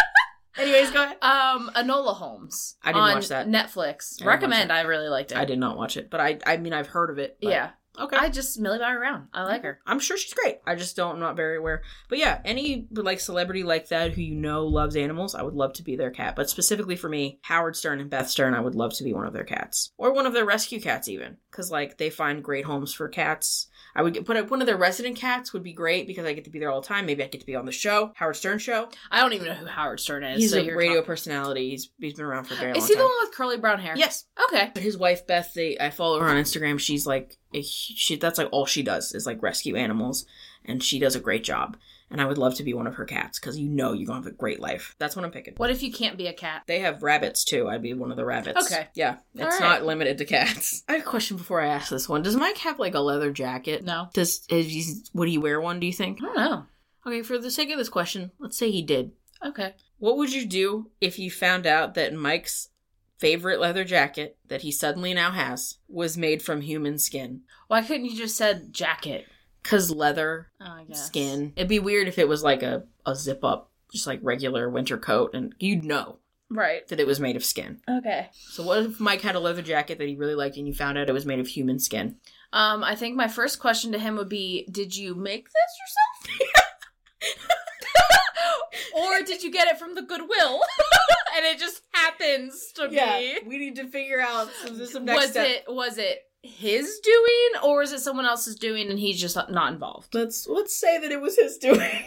Speaker 1: Anyways, go ahead.
Speaker 2: Um, Enola Holmes.
Speaker 1: I didn't
Speaker 2: on
Speaker 1: watch that. I
Speaker 2: Netflix.
Speaker 1: didn't watch
Speaker 2: Recommend.
Speaker 1: that.
Speaker 2: I really liked it.
Speaker 1: I did not watch it, but I I mean I've heard of it. but-
Speaker 2: Yeah,
Speaker 1: Okay.
Speaker 2: I just Millie Bobby Brown. I like her.
Speaker 1: I'm sure she's great. I just don't I'm not very aware. But yeah, any like celebrity like that who you know loves animals, I would love to be their cat. But specifically for me, Howard Stern and Beth Stern, I would love to be one of their cats or one of their rescue cats even cuz like they find great homes for cats. I would get but one of their resident cats would be great because I get to be there all the time. Maybe I get to be on the show, Howard Stern show.
Speaker 2: I don't even know who Howard Stern is.
Speaker 1: He's
Speaker 2: so
Speaker 1: a
Speaker 2: you're
Speaker 1: radio
Speaker 2: talking-
Speaker 1: personality. He's, he's been around for a very long
Speaker 2: Is he the
Speaker 1: time.
Speaker 2: one with curly brown hair?
Speaker 1: Yes.
Speaker 2: Okay.
Speaker 1: But his wife Beth, they I follow her on Instagram. She's like a, hu- she that's like all she does is like rescue animals, and she does a great job. And I would love to be one of her cats because you know you're gonna have a great life. That's what I'm picking.
Speaker 2: What if you can't be a cat?
Speaker 1: They have rabbits too. I'd be one of the rabbits.
Speaker 2: Okay.
Speaker 1: Yeah,
Speaker 2: All
Speaker 1: it's
Speaker 2: right.
Speaker 1: not limited to cats. I have a question before I ask this one. Does Mike have like a leather jacket?
Speaker 2: No.
Speaker 1: Does is he, would he wear one? Do you think?
Speaker 2: I don't know.
Speaker 1: Okay, for the sake of this question, let's say he did.
Speaker 2: Okay.
Speaker 1: What would you do if you found out that Mike's favorite leather jacket that he suddenly now has was made from human skin?
Speaker 2: Why couldn't you just said jacket?
Speaker 1: Because leather,
Speaker 2: Oh, I guess.
Speaker 1: skin. It'd be weird if it was like a, a zip up, just like regular winter coat, and you'd know
Speaker 2: Right.
Speaker 1: that it was made of skin.
Speaker 2: Okay.
Speaker 1: So, what if Mike had a leather jacket that he really liked and you found out it was made of human skin?
Speaker 2: Um, I think my first question to him would be, did you make this yourself? or did you get it from the Goodwill? and it just happens to be.
Speaker 1: we need to figure out so this is some
Speaker 2: was it was it his doing or is it someone else's doing and he's just not involved?
Speaker 1: Let's let's say that it was his doing.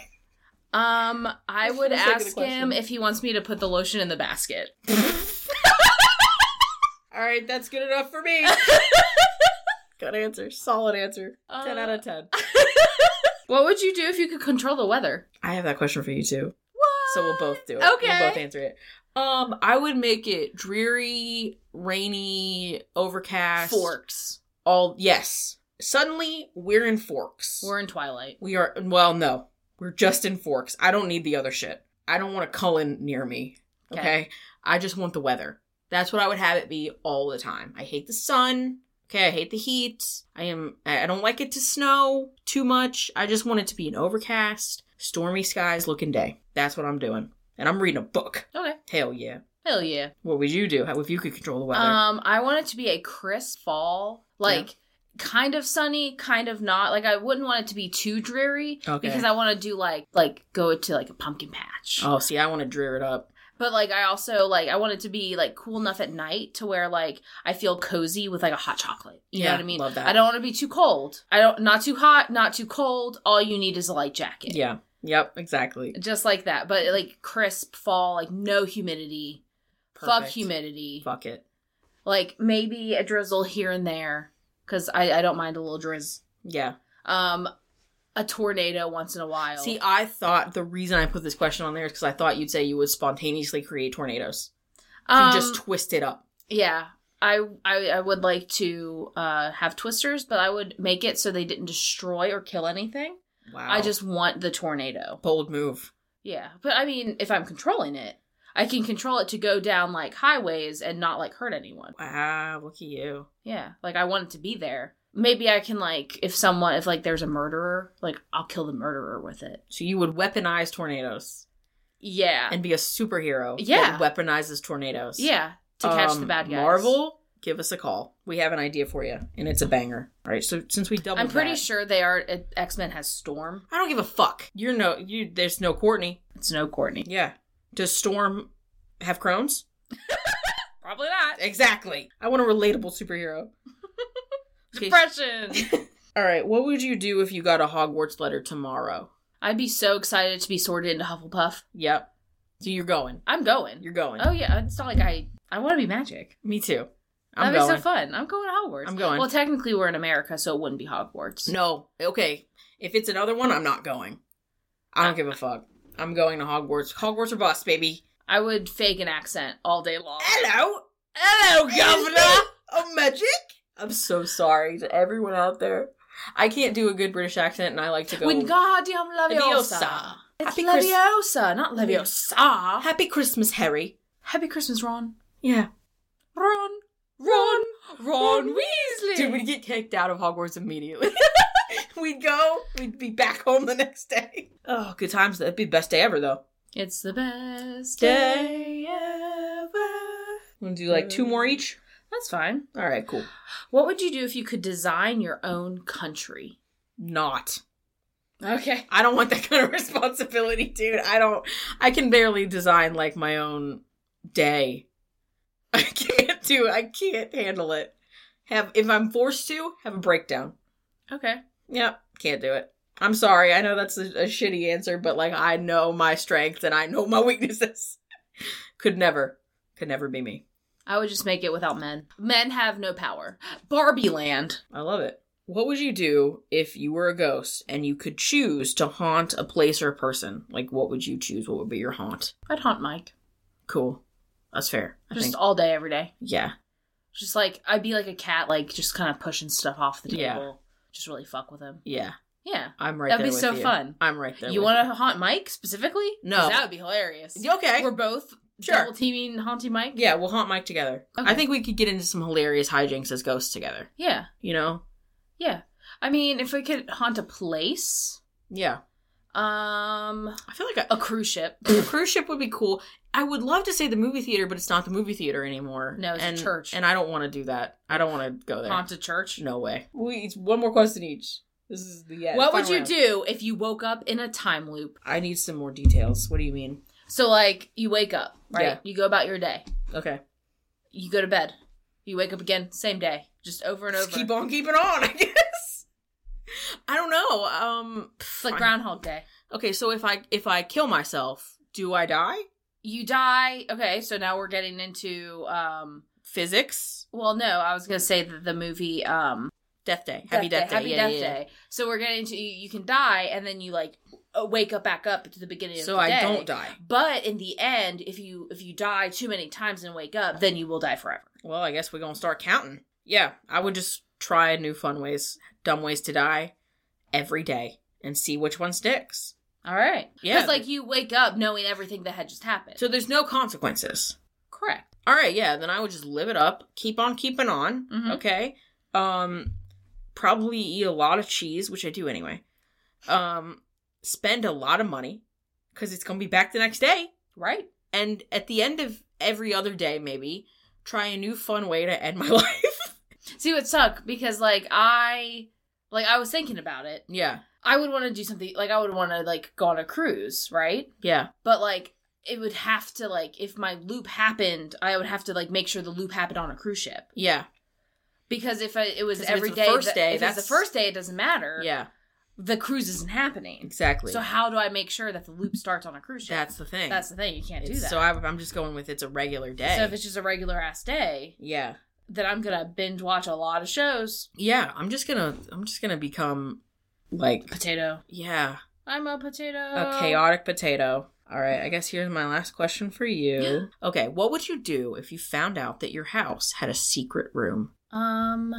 Speaker 2: Um, I
Speaker 1: Just
Speaker 2: would
Speaker 1: for the sake of the
Speaker 2: ask him
Speaker 1: question.
Speaker 2: if he wants me to put the lotion in the basket.
Speaker 1: All right, that's good enough for me. good answer, solid answer. 10
Speaker 2: Uh,
Speaker 1: out of 10.
Speaker 2: Um, What would you do if you could control the weather?
Speaker 1: I have that question for you too.
Speaker 2: What?
Speaker 1: So we'll both do it.
Speaker 2: Okay.
Speaker 1: We'll both answer it. Um, I would make it dreary, rainy, overcast.
Speaker 2: forks.
Speaker 1: All yes. Suddenly we're in forks.
Speaker 2: We're in Twilight.
Speaker 1: we are well, no. We're just in forks. I don't need the other shit. I don't want a Cullen near me. Okay.
Speaker 2: Okay.
Speaker 1: I just want the weather. That's what I would have it be all the time. I hate the sun. Okay, I hate the heat. I am I I don't like it to snow too much. I just want it to be an overcast, stormy skies looking day. That's what I'm doing. And I'm reading a book.
Speaker 2: Okay.
Speaker 1: Hell yeah.
Speaker 2: Hell yeah.
Speaker 1: What would you do How- if you could control the weather?
Speaker 2: Um, I want it to be a crisp fall, like kind of sunny, kind of not. Like I wouldn't want it to be too dreary
Speaker 1: Okay.
Speaker 2: because I want to do like like go to like a pumpkin patch.
Speaker 1: oh, see, I want to drear it up.
Speaker 2: But like I also like I want it to be like cool enough at night to where like I feel cozy with like a hot chocolate. You know
Speaker 1: Yeah,
Speaker 2: what I mean?
Speaker 1: love that.
Speaker 2: I don't want to be too cold. I don't not too hot, not too cold. All you need is a light jacket.
Speaker 1: Yeah. Yep, exactly.
Speaker 2: Just like that, but like crisp fall, like no humidity. Fuck
Speaker 1: Perfect.
Speaker 2: humidity.
Speaker 1: Fuck it.
Speaker 2: like maybe a drizzle here and there because I, I don't mind a little drizz
Speaker 1: Yeah.
Speaker 2: um a tornado once in a while.
Speaker 1: See, I thought the reason I put this question on there is because I thought you'd say you would spontaneously create tornadoes. You
Speaker 2: um,
Speaker 1: just twist it up.
Speaker 2: yeah, I, I I would like to uh, have twisters, but I would make it so they didn't destroy or kill anything.
Speaker 1: Wow.
Speaker 2: I just want the tornado.
Speaker 1: bold move.
Speaker 2: Yeah, but I mean, if I'm controlling it, I can control it to go down like highways and not like hurt anyone.
Speaker 1: Wow, look at you.
Speaker 2: Yeah, like I want it to be there. Maybe I can like if someone if like there's a murderer, like I'll kill the murderer with it.
Speaker 1: So you would weaponize tornadoes
Speaker 2: Yeah,
Speaker 1: and be a superhero.
Speaker 2: Yeah.
Speaker 1: That weaponizes tornadoes.
Speaker 2: yeah, to catch
Speaker 1: Um,
Speaker 2: the bad guys.
Speaker 1: Marvel, give us a call. We have an idea for you, and it's a banger. All right. So since we doubled,
Speaker 2: I'm pretty
Speaker 1: that-
Speaker 2: sure they are. X Men has Storm.
Speaker 1: I don't give a fuck. You're no. You there's no Courtney.
Speaker 2: It's no Courtney.
Speaker 1: Yeah. Does Storm have Crohn's?
Speaker 2: Probably not.
Speaker 1: Exactly. I want a relatable superhero. Okay.
Speaker 2: Depression.
Speaker 1: All right. What would you do if you got a Hogwarts letter tomorrow?
Speaker 2: I'd be so excited to be sorted into Hufflepuff.
Speaker 1: Yep. So you're going.
Speaker 2: I'm going.
Speaker 1: You're going.
Speaker 2: oh yeah, it's not like I I want to be magic.
Speaker 1: Me too. I'm
Speaker 2: That'd be
Speaker 1: going.
Speaker 2: so fun. I'm going to Hogwarts.
Speaker 1: I'm going.
Speaker 2: Well, technically we're in America, so it wouldn't be Hogwarts.
Speaker 1: no. Okay. If it's another one, I'm not going. I don't give a fuck. I'm going to Hogwarts. Hogwarts or bust, baby.
Speaker 2: I would fake an accent all day long.
Speaker 1: Hello. Hello, Governor of Magic. I'm so sorry to everyone out there. I can't do a good British accent, and I like to go.
Speaker 2: Wingardium Leviosa.
Speaker 1: Leviosa.
Speaker 2: It's
Speaker 1: Happy Chris-
Speaker 2: Leviosa, not Leviosa.
Speaker 1: Happy Christmas, Harry.
Speaker 2: Happy Christmas, Ron.
Speaker 1: Yeah.
Speaker 2: Ron,
Speaker 1: Ron.
Speaker 2: Ron Weasley.
Speaker 1: Dude, we'd get kicked out of Hogwarts immediately. we'd go, we'd be back home the next day. Oh, good times. That'd be the best day ever, though.
Speaker 2: It's the best day.
Speaker 1: Day ever. Want to do like two more each?
Speaker 2: That's fine.
Speaker 1: All right, cool.
Speaker 2: What would you do if you could design your own country?
Speaker 1: Not.
Speaker 2: Okay.
Speaker 1: I don't want that kind of responsibility, dude. I don't. I can barely design like my own day. I can't do. I can't handle it. Have if I'm forced to have a breakdown.
Speaker 2: Okay.
Speaker 1: Yep, can't do it. I'm sorry. I know that's a, a shitty answer, but like I know my strengths and I know my weaknesses. could never, could never be me.
Speaker 2: I would just make it without men. Men have no power. Barbie Land.
Speaker 1: I love it. What would you do if you were a ghost and you could choose to haunt a place or a person? Like, what would you choose? What would be your haunt?
Speaker 2: I'd haunt Mike.
Speaker 1: Cool. That's fair. I
Speaker 2: Just
Speaker 1: think.
Speaker 2: all day, every day.
Speaker 1: Yeah.
Speaker 2: Just like, I'd be like a cat, like, just kind of pushing stuff off the table.
Speaker 1: Yeah.
Speaker 2: Just really fuck with him.
Speaker 1: Yeah.
Speaker 2: Yeah.
Speaker 1: I'm right
Speaker 2: That'd
Speaker 1: there
Speaker 2: be
Speaker 1: with
Speaker 2: so
Speaker 1: you.
Speaker 2: fun.
Speaker 1: I'm right there.
Speaker 2: You
Speaker 1: with
Speaker 2: want to haunt Mike specifically? 'Cause
Speaker 1: No.
Speaker 2: That would be hilarious.
Speaker 1: you. Okay.
Speaker 2: We're both
Speaker 1: Sure.
Speaker 2: double teaming haunting Mike?
Speaker 1: yeah, we'll haunt Mike together. I
Speaker 2: Okay.
Speaker 1: think we could get into some hilarious hijinks as ghosts together.
Speaker 2: Yeah.
Speaker 1: You know?
Speaker 2: Yeah. I mean, if we could haunt a place,
Speaker 1: Yeah.
Speaker 2: um,
Speaker 1: I feel like I,
Speaker 2: a cruise ship.
Speaker 1: a cruise ship would be cool. I would love to say the movie theater, but it's not the movie theater anymore.
Speaker 2: No, it's a
Speaker 1: and,
Speaker 2: church.
Speaker 1: and I don't want to do that. I don't want to go there.
Speaker 2: Haunt a church.
Speaker 1: No way. We it's one more question each. This is the end.
Speaker 2: what would
Speaker 1: Final
Speaker 2: you
Speaker 1: round.
Speaker 2: do if you woke up in a time loop?
Speaker 1: I need some more details. What do you mean?
Speaker 2: So, like, you wake up, right?
Speaker 1: Yeah.
Speaker 2: You go about your day.
Speaker 1: Okay,
Speaker 2: You go to bed. You wake up again, same day, just over and over.
Speaker 1: Just keep on keeping on. I guess. I don't know. Um.
Speaker 2: It's like
Speaker 1: fine.
Speaker 2: Groundhog Day.
Speaker 1: Okay, so if I if I kill myself, do I die?
Speaker 2: You die. Okay, so now we're getting into um.
Speaker 1: Physics.
Speaker 2: Well, no, I was gonna say that the movie um
Speaker 1: Death day. Happy death, day.
Speaker 2: Happy
Speaker 1: Yeah,
Speaker 2: Death
Speaker 1: yeah, yeah.
Speaker 2: Day. So we're getting to you, you can die, and then you like uh, wake up back up to the beginning.
Speaker 1: So
Speaker 2: of the
Speaker 1: I
Speaker 2: day.
Speaker 1: don't die.
Speaker 2: But in the end, if you if you die too many times and wake up, then you will die forever.
Speaker 1: Well, I guess we're gonna start counting. Yeah, I would just try new fun ways, dumb ways to die every day and see which one sticks.
Speaker 2: All right.
Speaker 1: Yeah.
Speaker 2: Because like you wake up knowing everything that had just happened.
Speaker 1: So there's no consequences.
Speaker 2: correct.
Speaker 1: All right, yeah, then I would just live it up, keep on keeping on.
Speaker 2: Mhm.
Speaker 1: Okay. Um probably eat a lot of cheese, which I do anyway. Um spend a lot of money cuz it's going to be back the next day.
Speaker 2: Right.
Speaker 1: And at the end of every other day maybe, try a new fun way to end my life.
Speaker 2: See, it would suck because like I like I was thinking about it.
Speaker 1: yeah.
Speaker 2: I would want to do something like I would want to like go on a cruise, right?
Speaker 1: Yeah.
Speaker 2: But like it would have to like if my loop happened, I would have to like make sure the loop happened on a cruise ship
Speaker 1: Yeah.
Speaker 2: because if I, it was
Speaker 1: 'Cause if
Speaker 2: every
Speaker 1: it's
Speaker 2: day,
Speaker 1: the first
Speaker 2: that-
Speaker 1: day,
Speaker 2: if it's
Speaker 1: that's-
Speaker 2: the first day, it doesn't matter.
Speaker 1: Yeah.
Speaker 2: the cruise isn't happening.
Speaker 1: Exactly.
Speaker 2: So how do I make sure that the loop starts on a cruise ship?
Speaker 1: That's the thing.
Speaker 2: That's the thing. You can't do
Speaker 1: It's-
Speaker 2: that.
Speaker 1: So I, I'm just going with it's a regular day.
Speaker 2: So if it's just a regular ass day,
Speaker 1: yeah,
Speaker 2: then I'm gonna binge watch a lot of shows.
Speaker 1: yeah. I'm just gonna I'm just gonna become Like,
Speaker 4: Potato.
Speaker 1: yeah,
Speaker 4: I'm a potato.
Speaker 2: Um,
Speaker 1: a chaotic potato. All right, I guess here's my last question for you. Okay, what would you do if you found out that your house had a secret room?
Speaker 4: Um,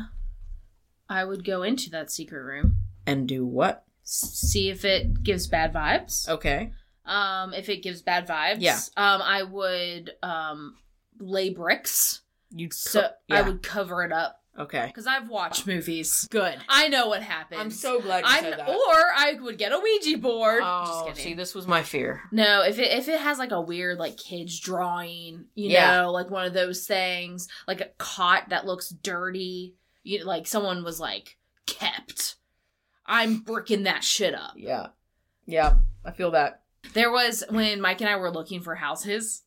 Speaker 2: I would go into that secret room,
Speaker 1: And do what?
Speaker 2: see if it gives bad vibes.
Speaker 1: Okay.
Speaker 2: Um, if it gives bad vibes,
Speaker 1: Oh. Yeah.
Speaker 2: Um, I would um lay bricks,
Speaker 1: You'd
Speaker 2: so
Speaker 1: co- yeah.
Speaker 2: I would cover it up
Speaker 1: Okay.
Speaker 2: because I've watched movies.
Speaker 1: Good.
Speaker 2: I know what happens.
Speaker 1: glad
Speaker 2: I'm or I would get a Ouija board.
Speaker 1: Oh,
Speaker 2: Just
Speaker 1: see,
Speaker 2: kidding.
Speaker 1: this was my fear.
Speaker 2: No, if it if it has like a weird like kids drawing, you
Speaker 1: Yeah.
Speaker 2: know, like one of those things, like a cot that looks dirty, you like someone was like kept. I'm bricking that shit up.
Speaker 1: Yeah. Yeah, I feel that.
Speaker 2: There was when Mike and I were looking for houses.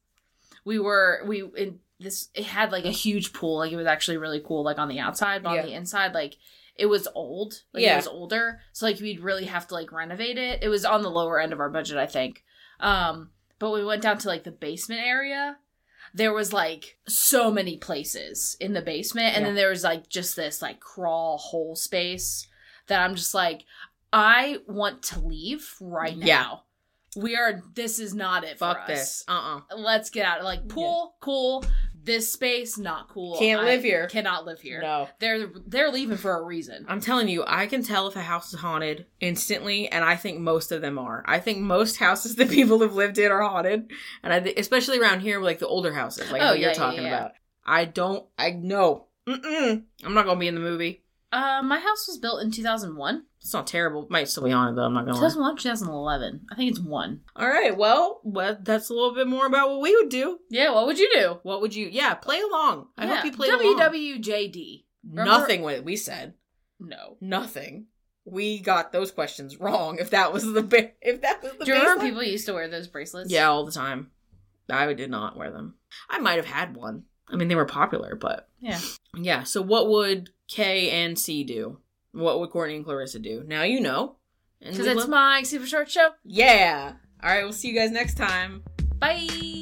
Speaker 2: We were we in this it had like a huge pool. Like it was actually really cool like on the outside, but
Speaker 1: Yeah.
Speaker 2: on the inside like it was old. Like
Speaker 1: Yeah.
Speaker 2: it was older. So like we'd really have to like renovate it. It was on the lower end of our budget, I think. Um but we went down to like the basement area. There was like so many places in the basement and
Speaker 1: Yeah.
Speaker 2: then there was like just this like crawl hole space that I'm just like I want to leave right
Speaker 1: Yeah.
Speaker 2: now. We are. This is not it for
Speaker 1: Fuck
Speaker 2: us.
Speaker 1: this. Uh uh
Speaker 2: Let's get out. Like pool, cool. This space, not cool.
Speaker 1: Can't
Speaker 2: I
Speaker 1: live here.
Speaker 2: Cannot live here.
Speaker 1: No.
Speaker 2: They're they're leaving for a reason.
Speaker 1: I'm telling you, I can tell if a house is haunted instantly, and I think most of them are. I think most houses that people have lived in are haunted, and I th- especially around here, like the older houses, like
Speaker 2: Oh,
Speaker 1: what
Speaker 2: yeah,
Speaker 1: you're
Speaker 2: yeah,
Speaker 1: talking
Speaker 2: yeah.
Speaker 1: about. I don't. I no. Mm-mm. I'm not gonna be in the movie.
Speaker 2: Uh, my house was built in 2001.
Speaker 1: It's not terrible. Might still be haunted though. I'm not gonna. Lie.
Speaker 2: 2001, 2011. I think it's one.
Speaker 1: All right. Well, well, that's a little bit more about what we would do.
Speaker 2: Yeah. What would you do?
Speaker 1: What would you? Yeah, play along. I
Speaker 2: yeah.
Speaker 1: hope you played along.
Speaker 2: WWJD. remember-
Speaker 1: Nothing what we said.
Speaker 2: No.
Speaker 1: Nothing. We got those questions wrong. If that was the ba- if that was the
Speaker 2: Do you remember
Speaker 1: baseline.
Speaker 2: people used to wear those bracelets?
Speaker 1: Yeah, all the time. I did not wear them. I might have had one. I mean, they were popular, but
Speaker 2: Yeah.
Speaker 1: yeah. So, what would K and C do? What would Courtney and Clarissa do? Now you know. And
Speaker 2: Because
Speaker 1: we
Speaker 2: it's
Speaker 1: love-
Speaker 2: my super short show.
Speaker 1: yeah. All right. We'll see you guys next time.
Speaker 2: Bye.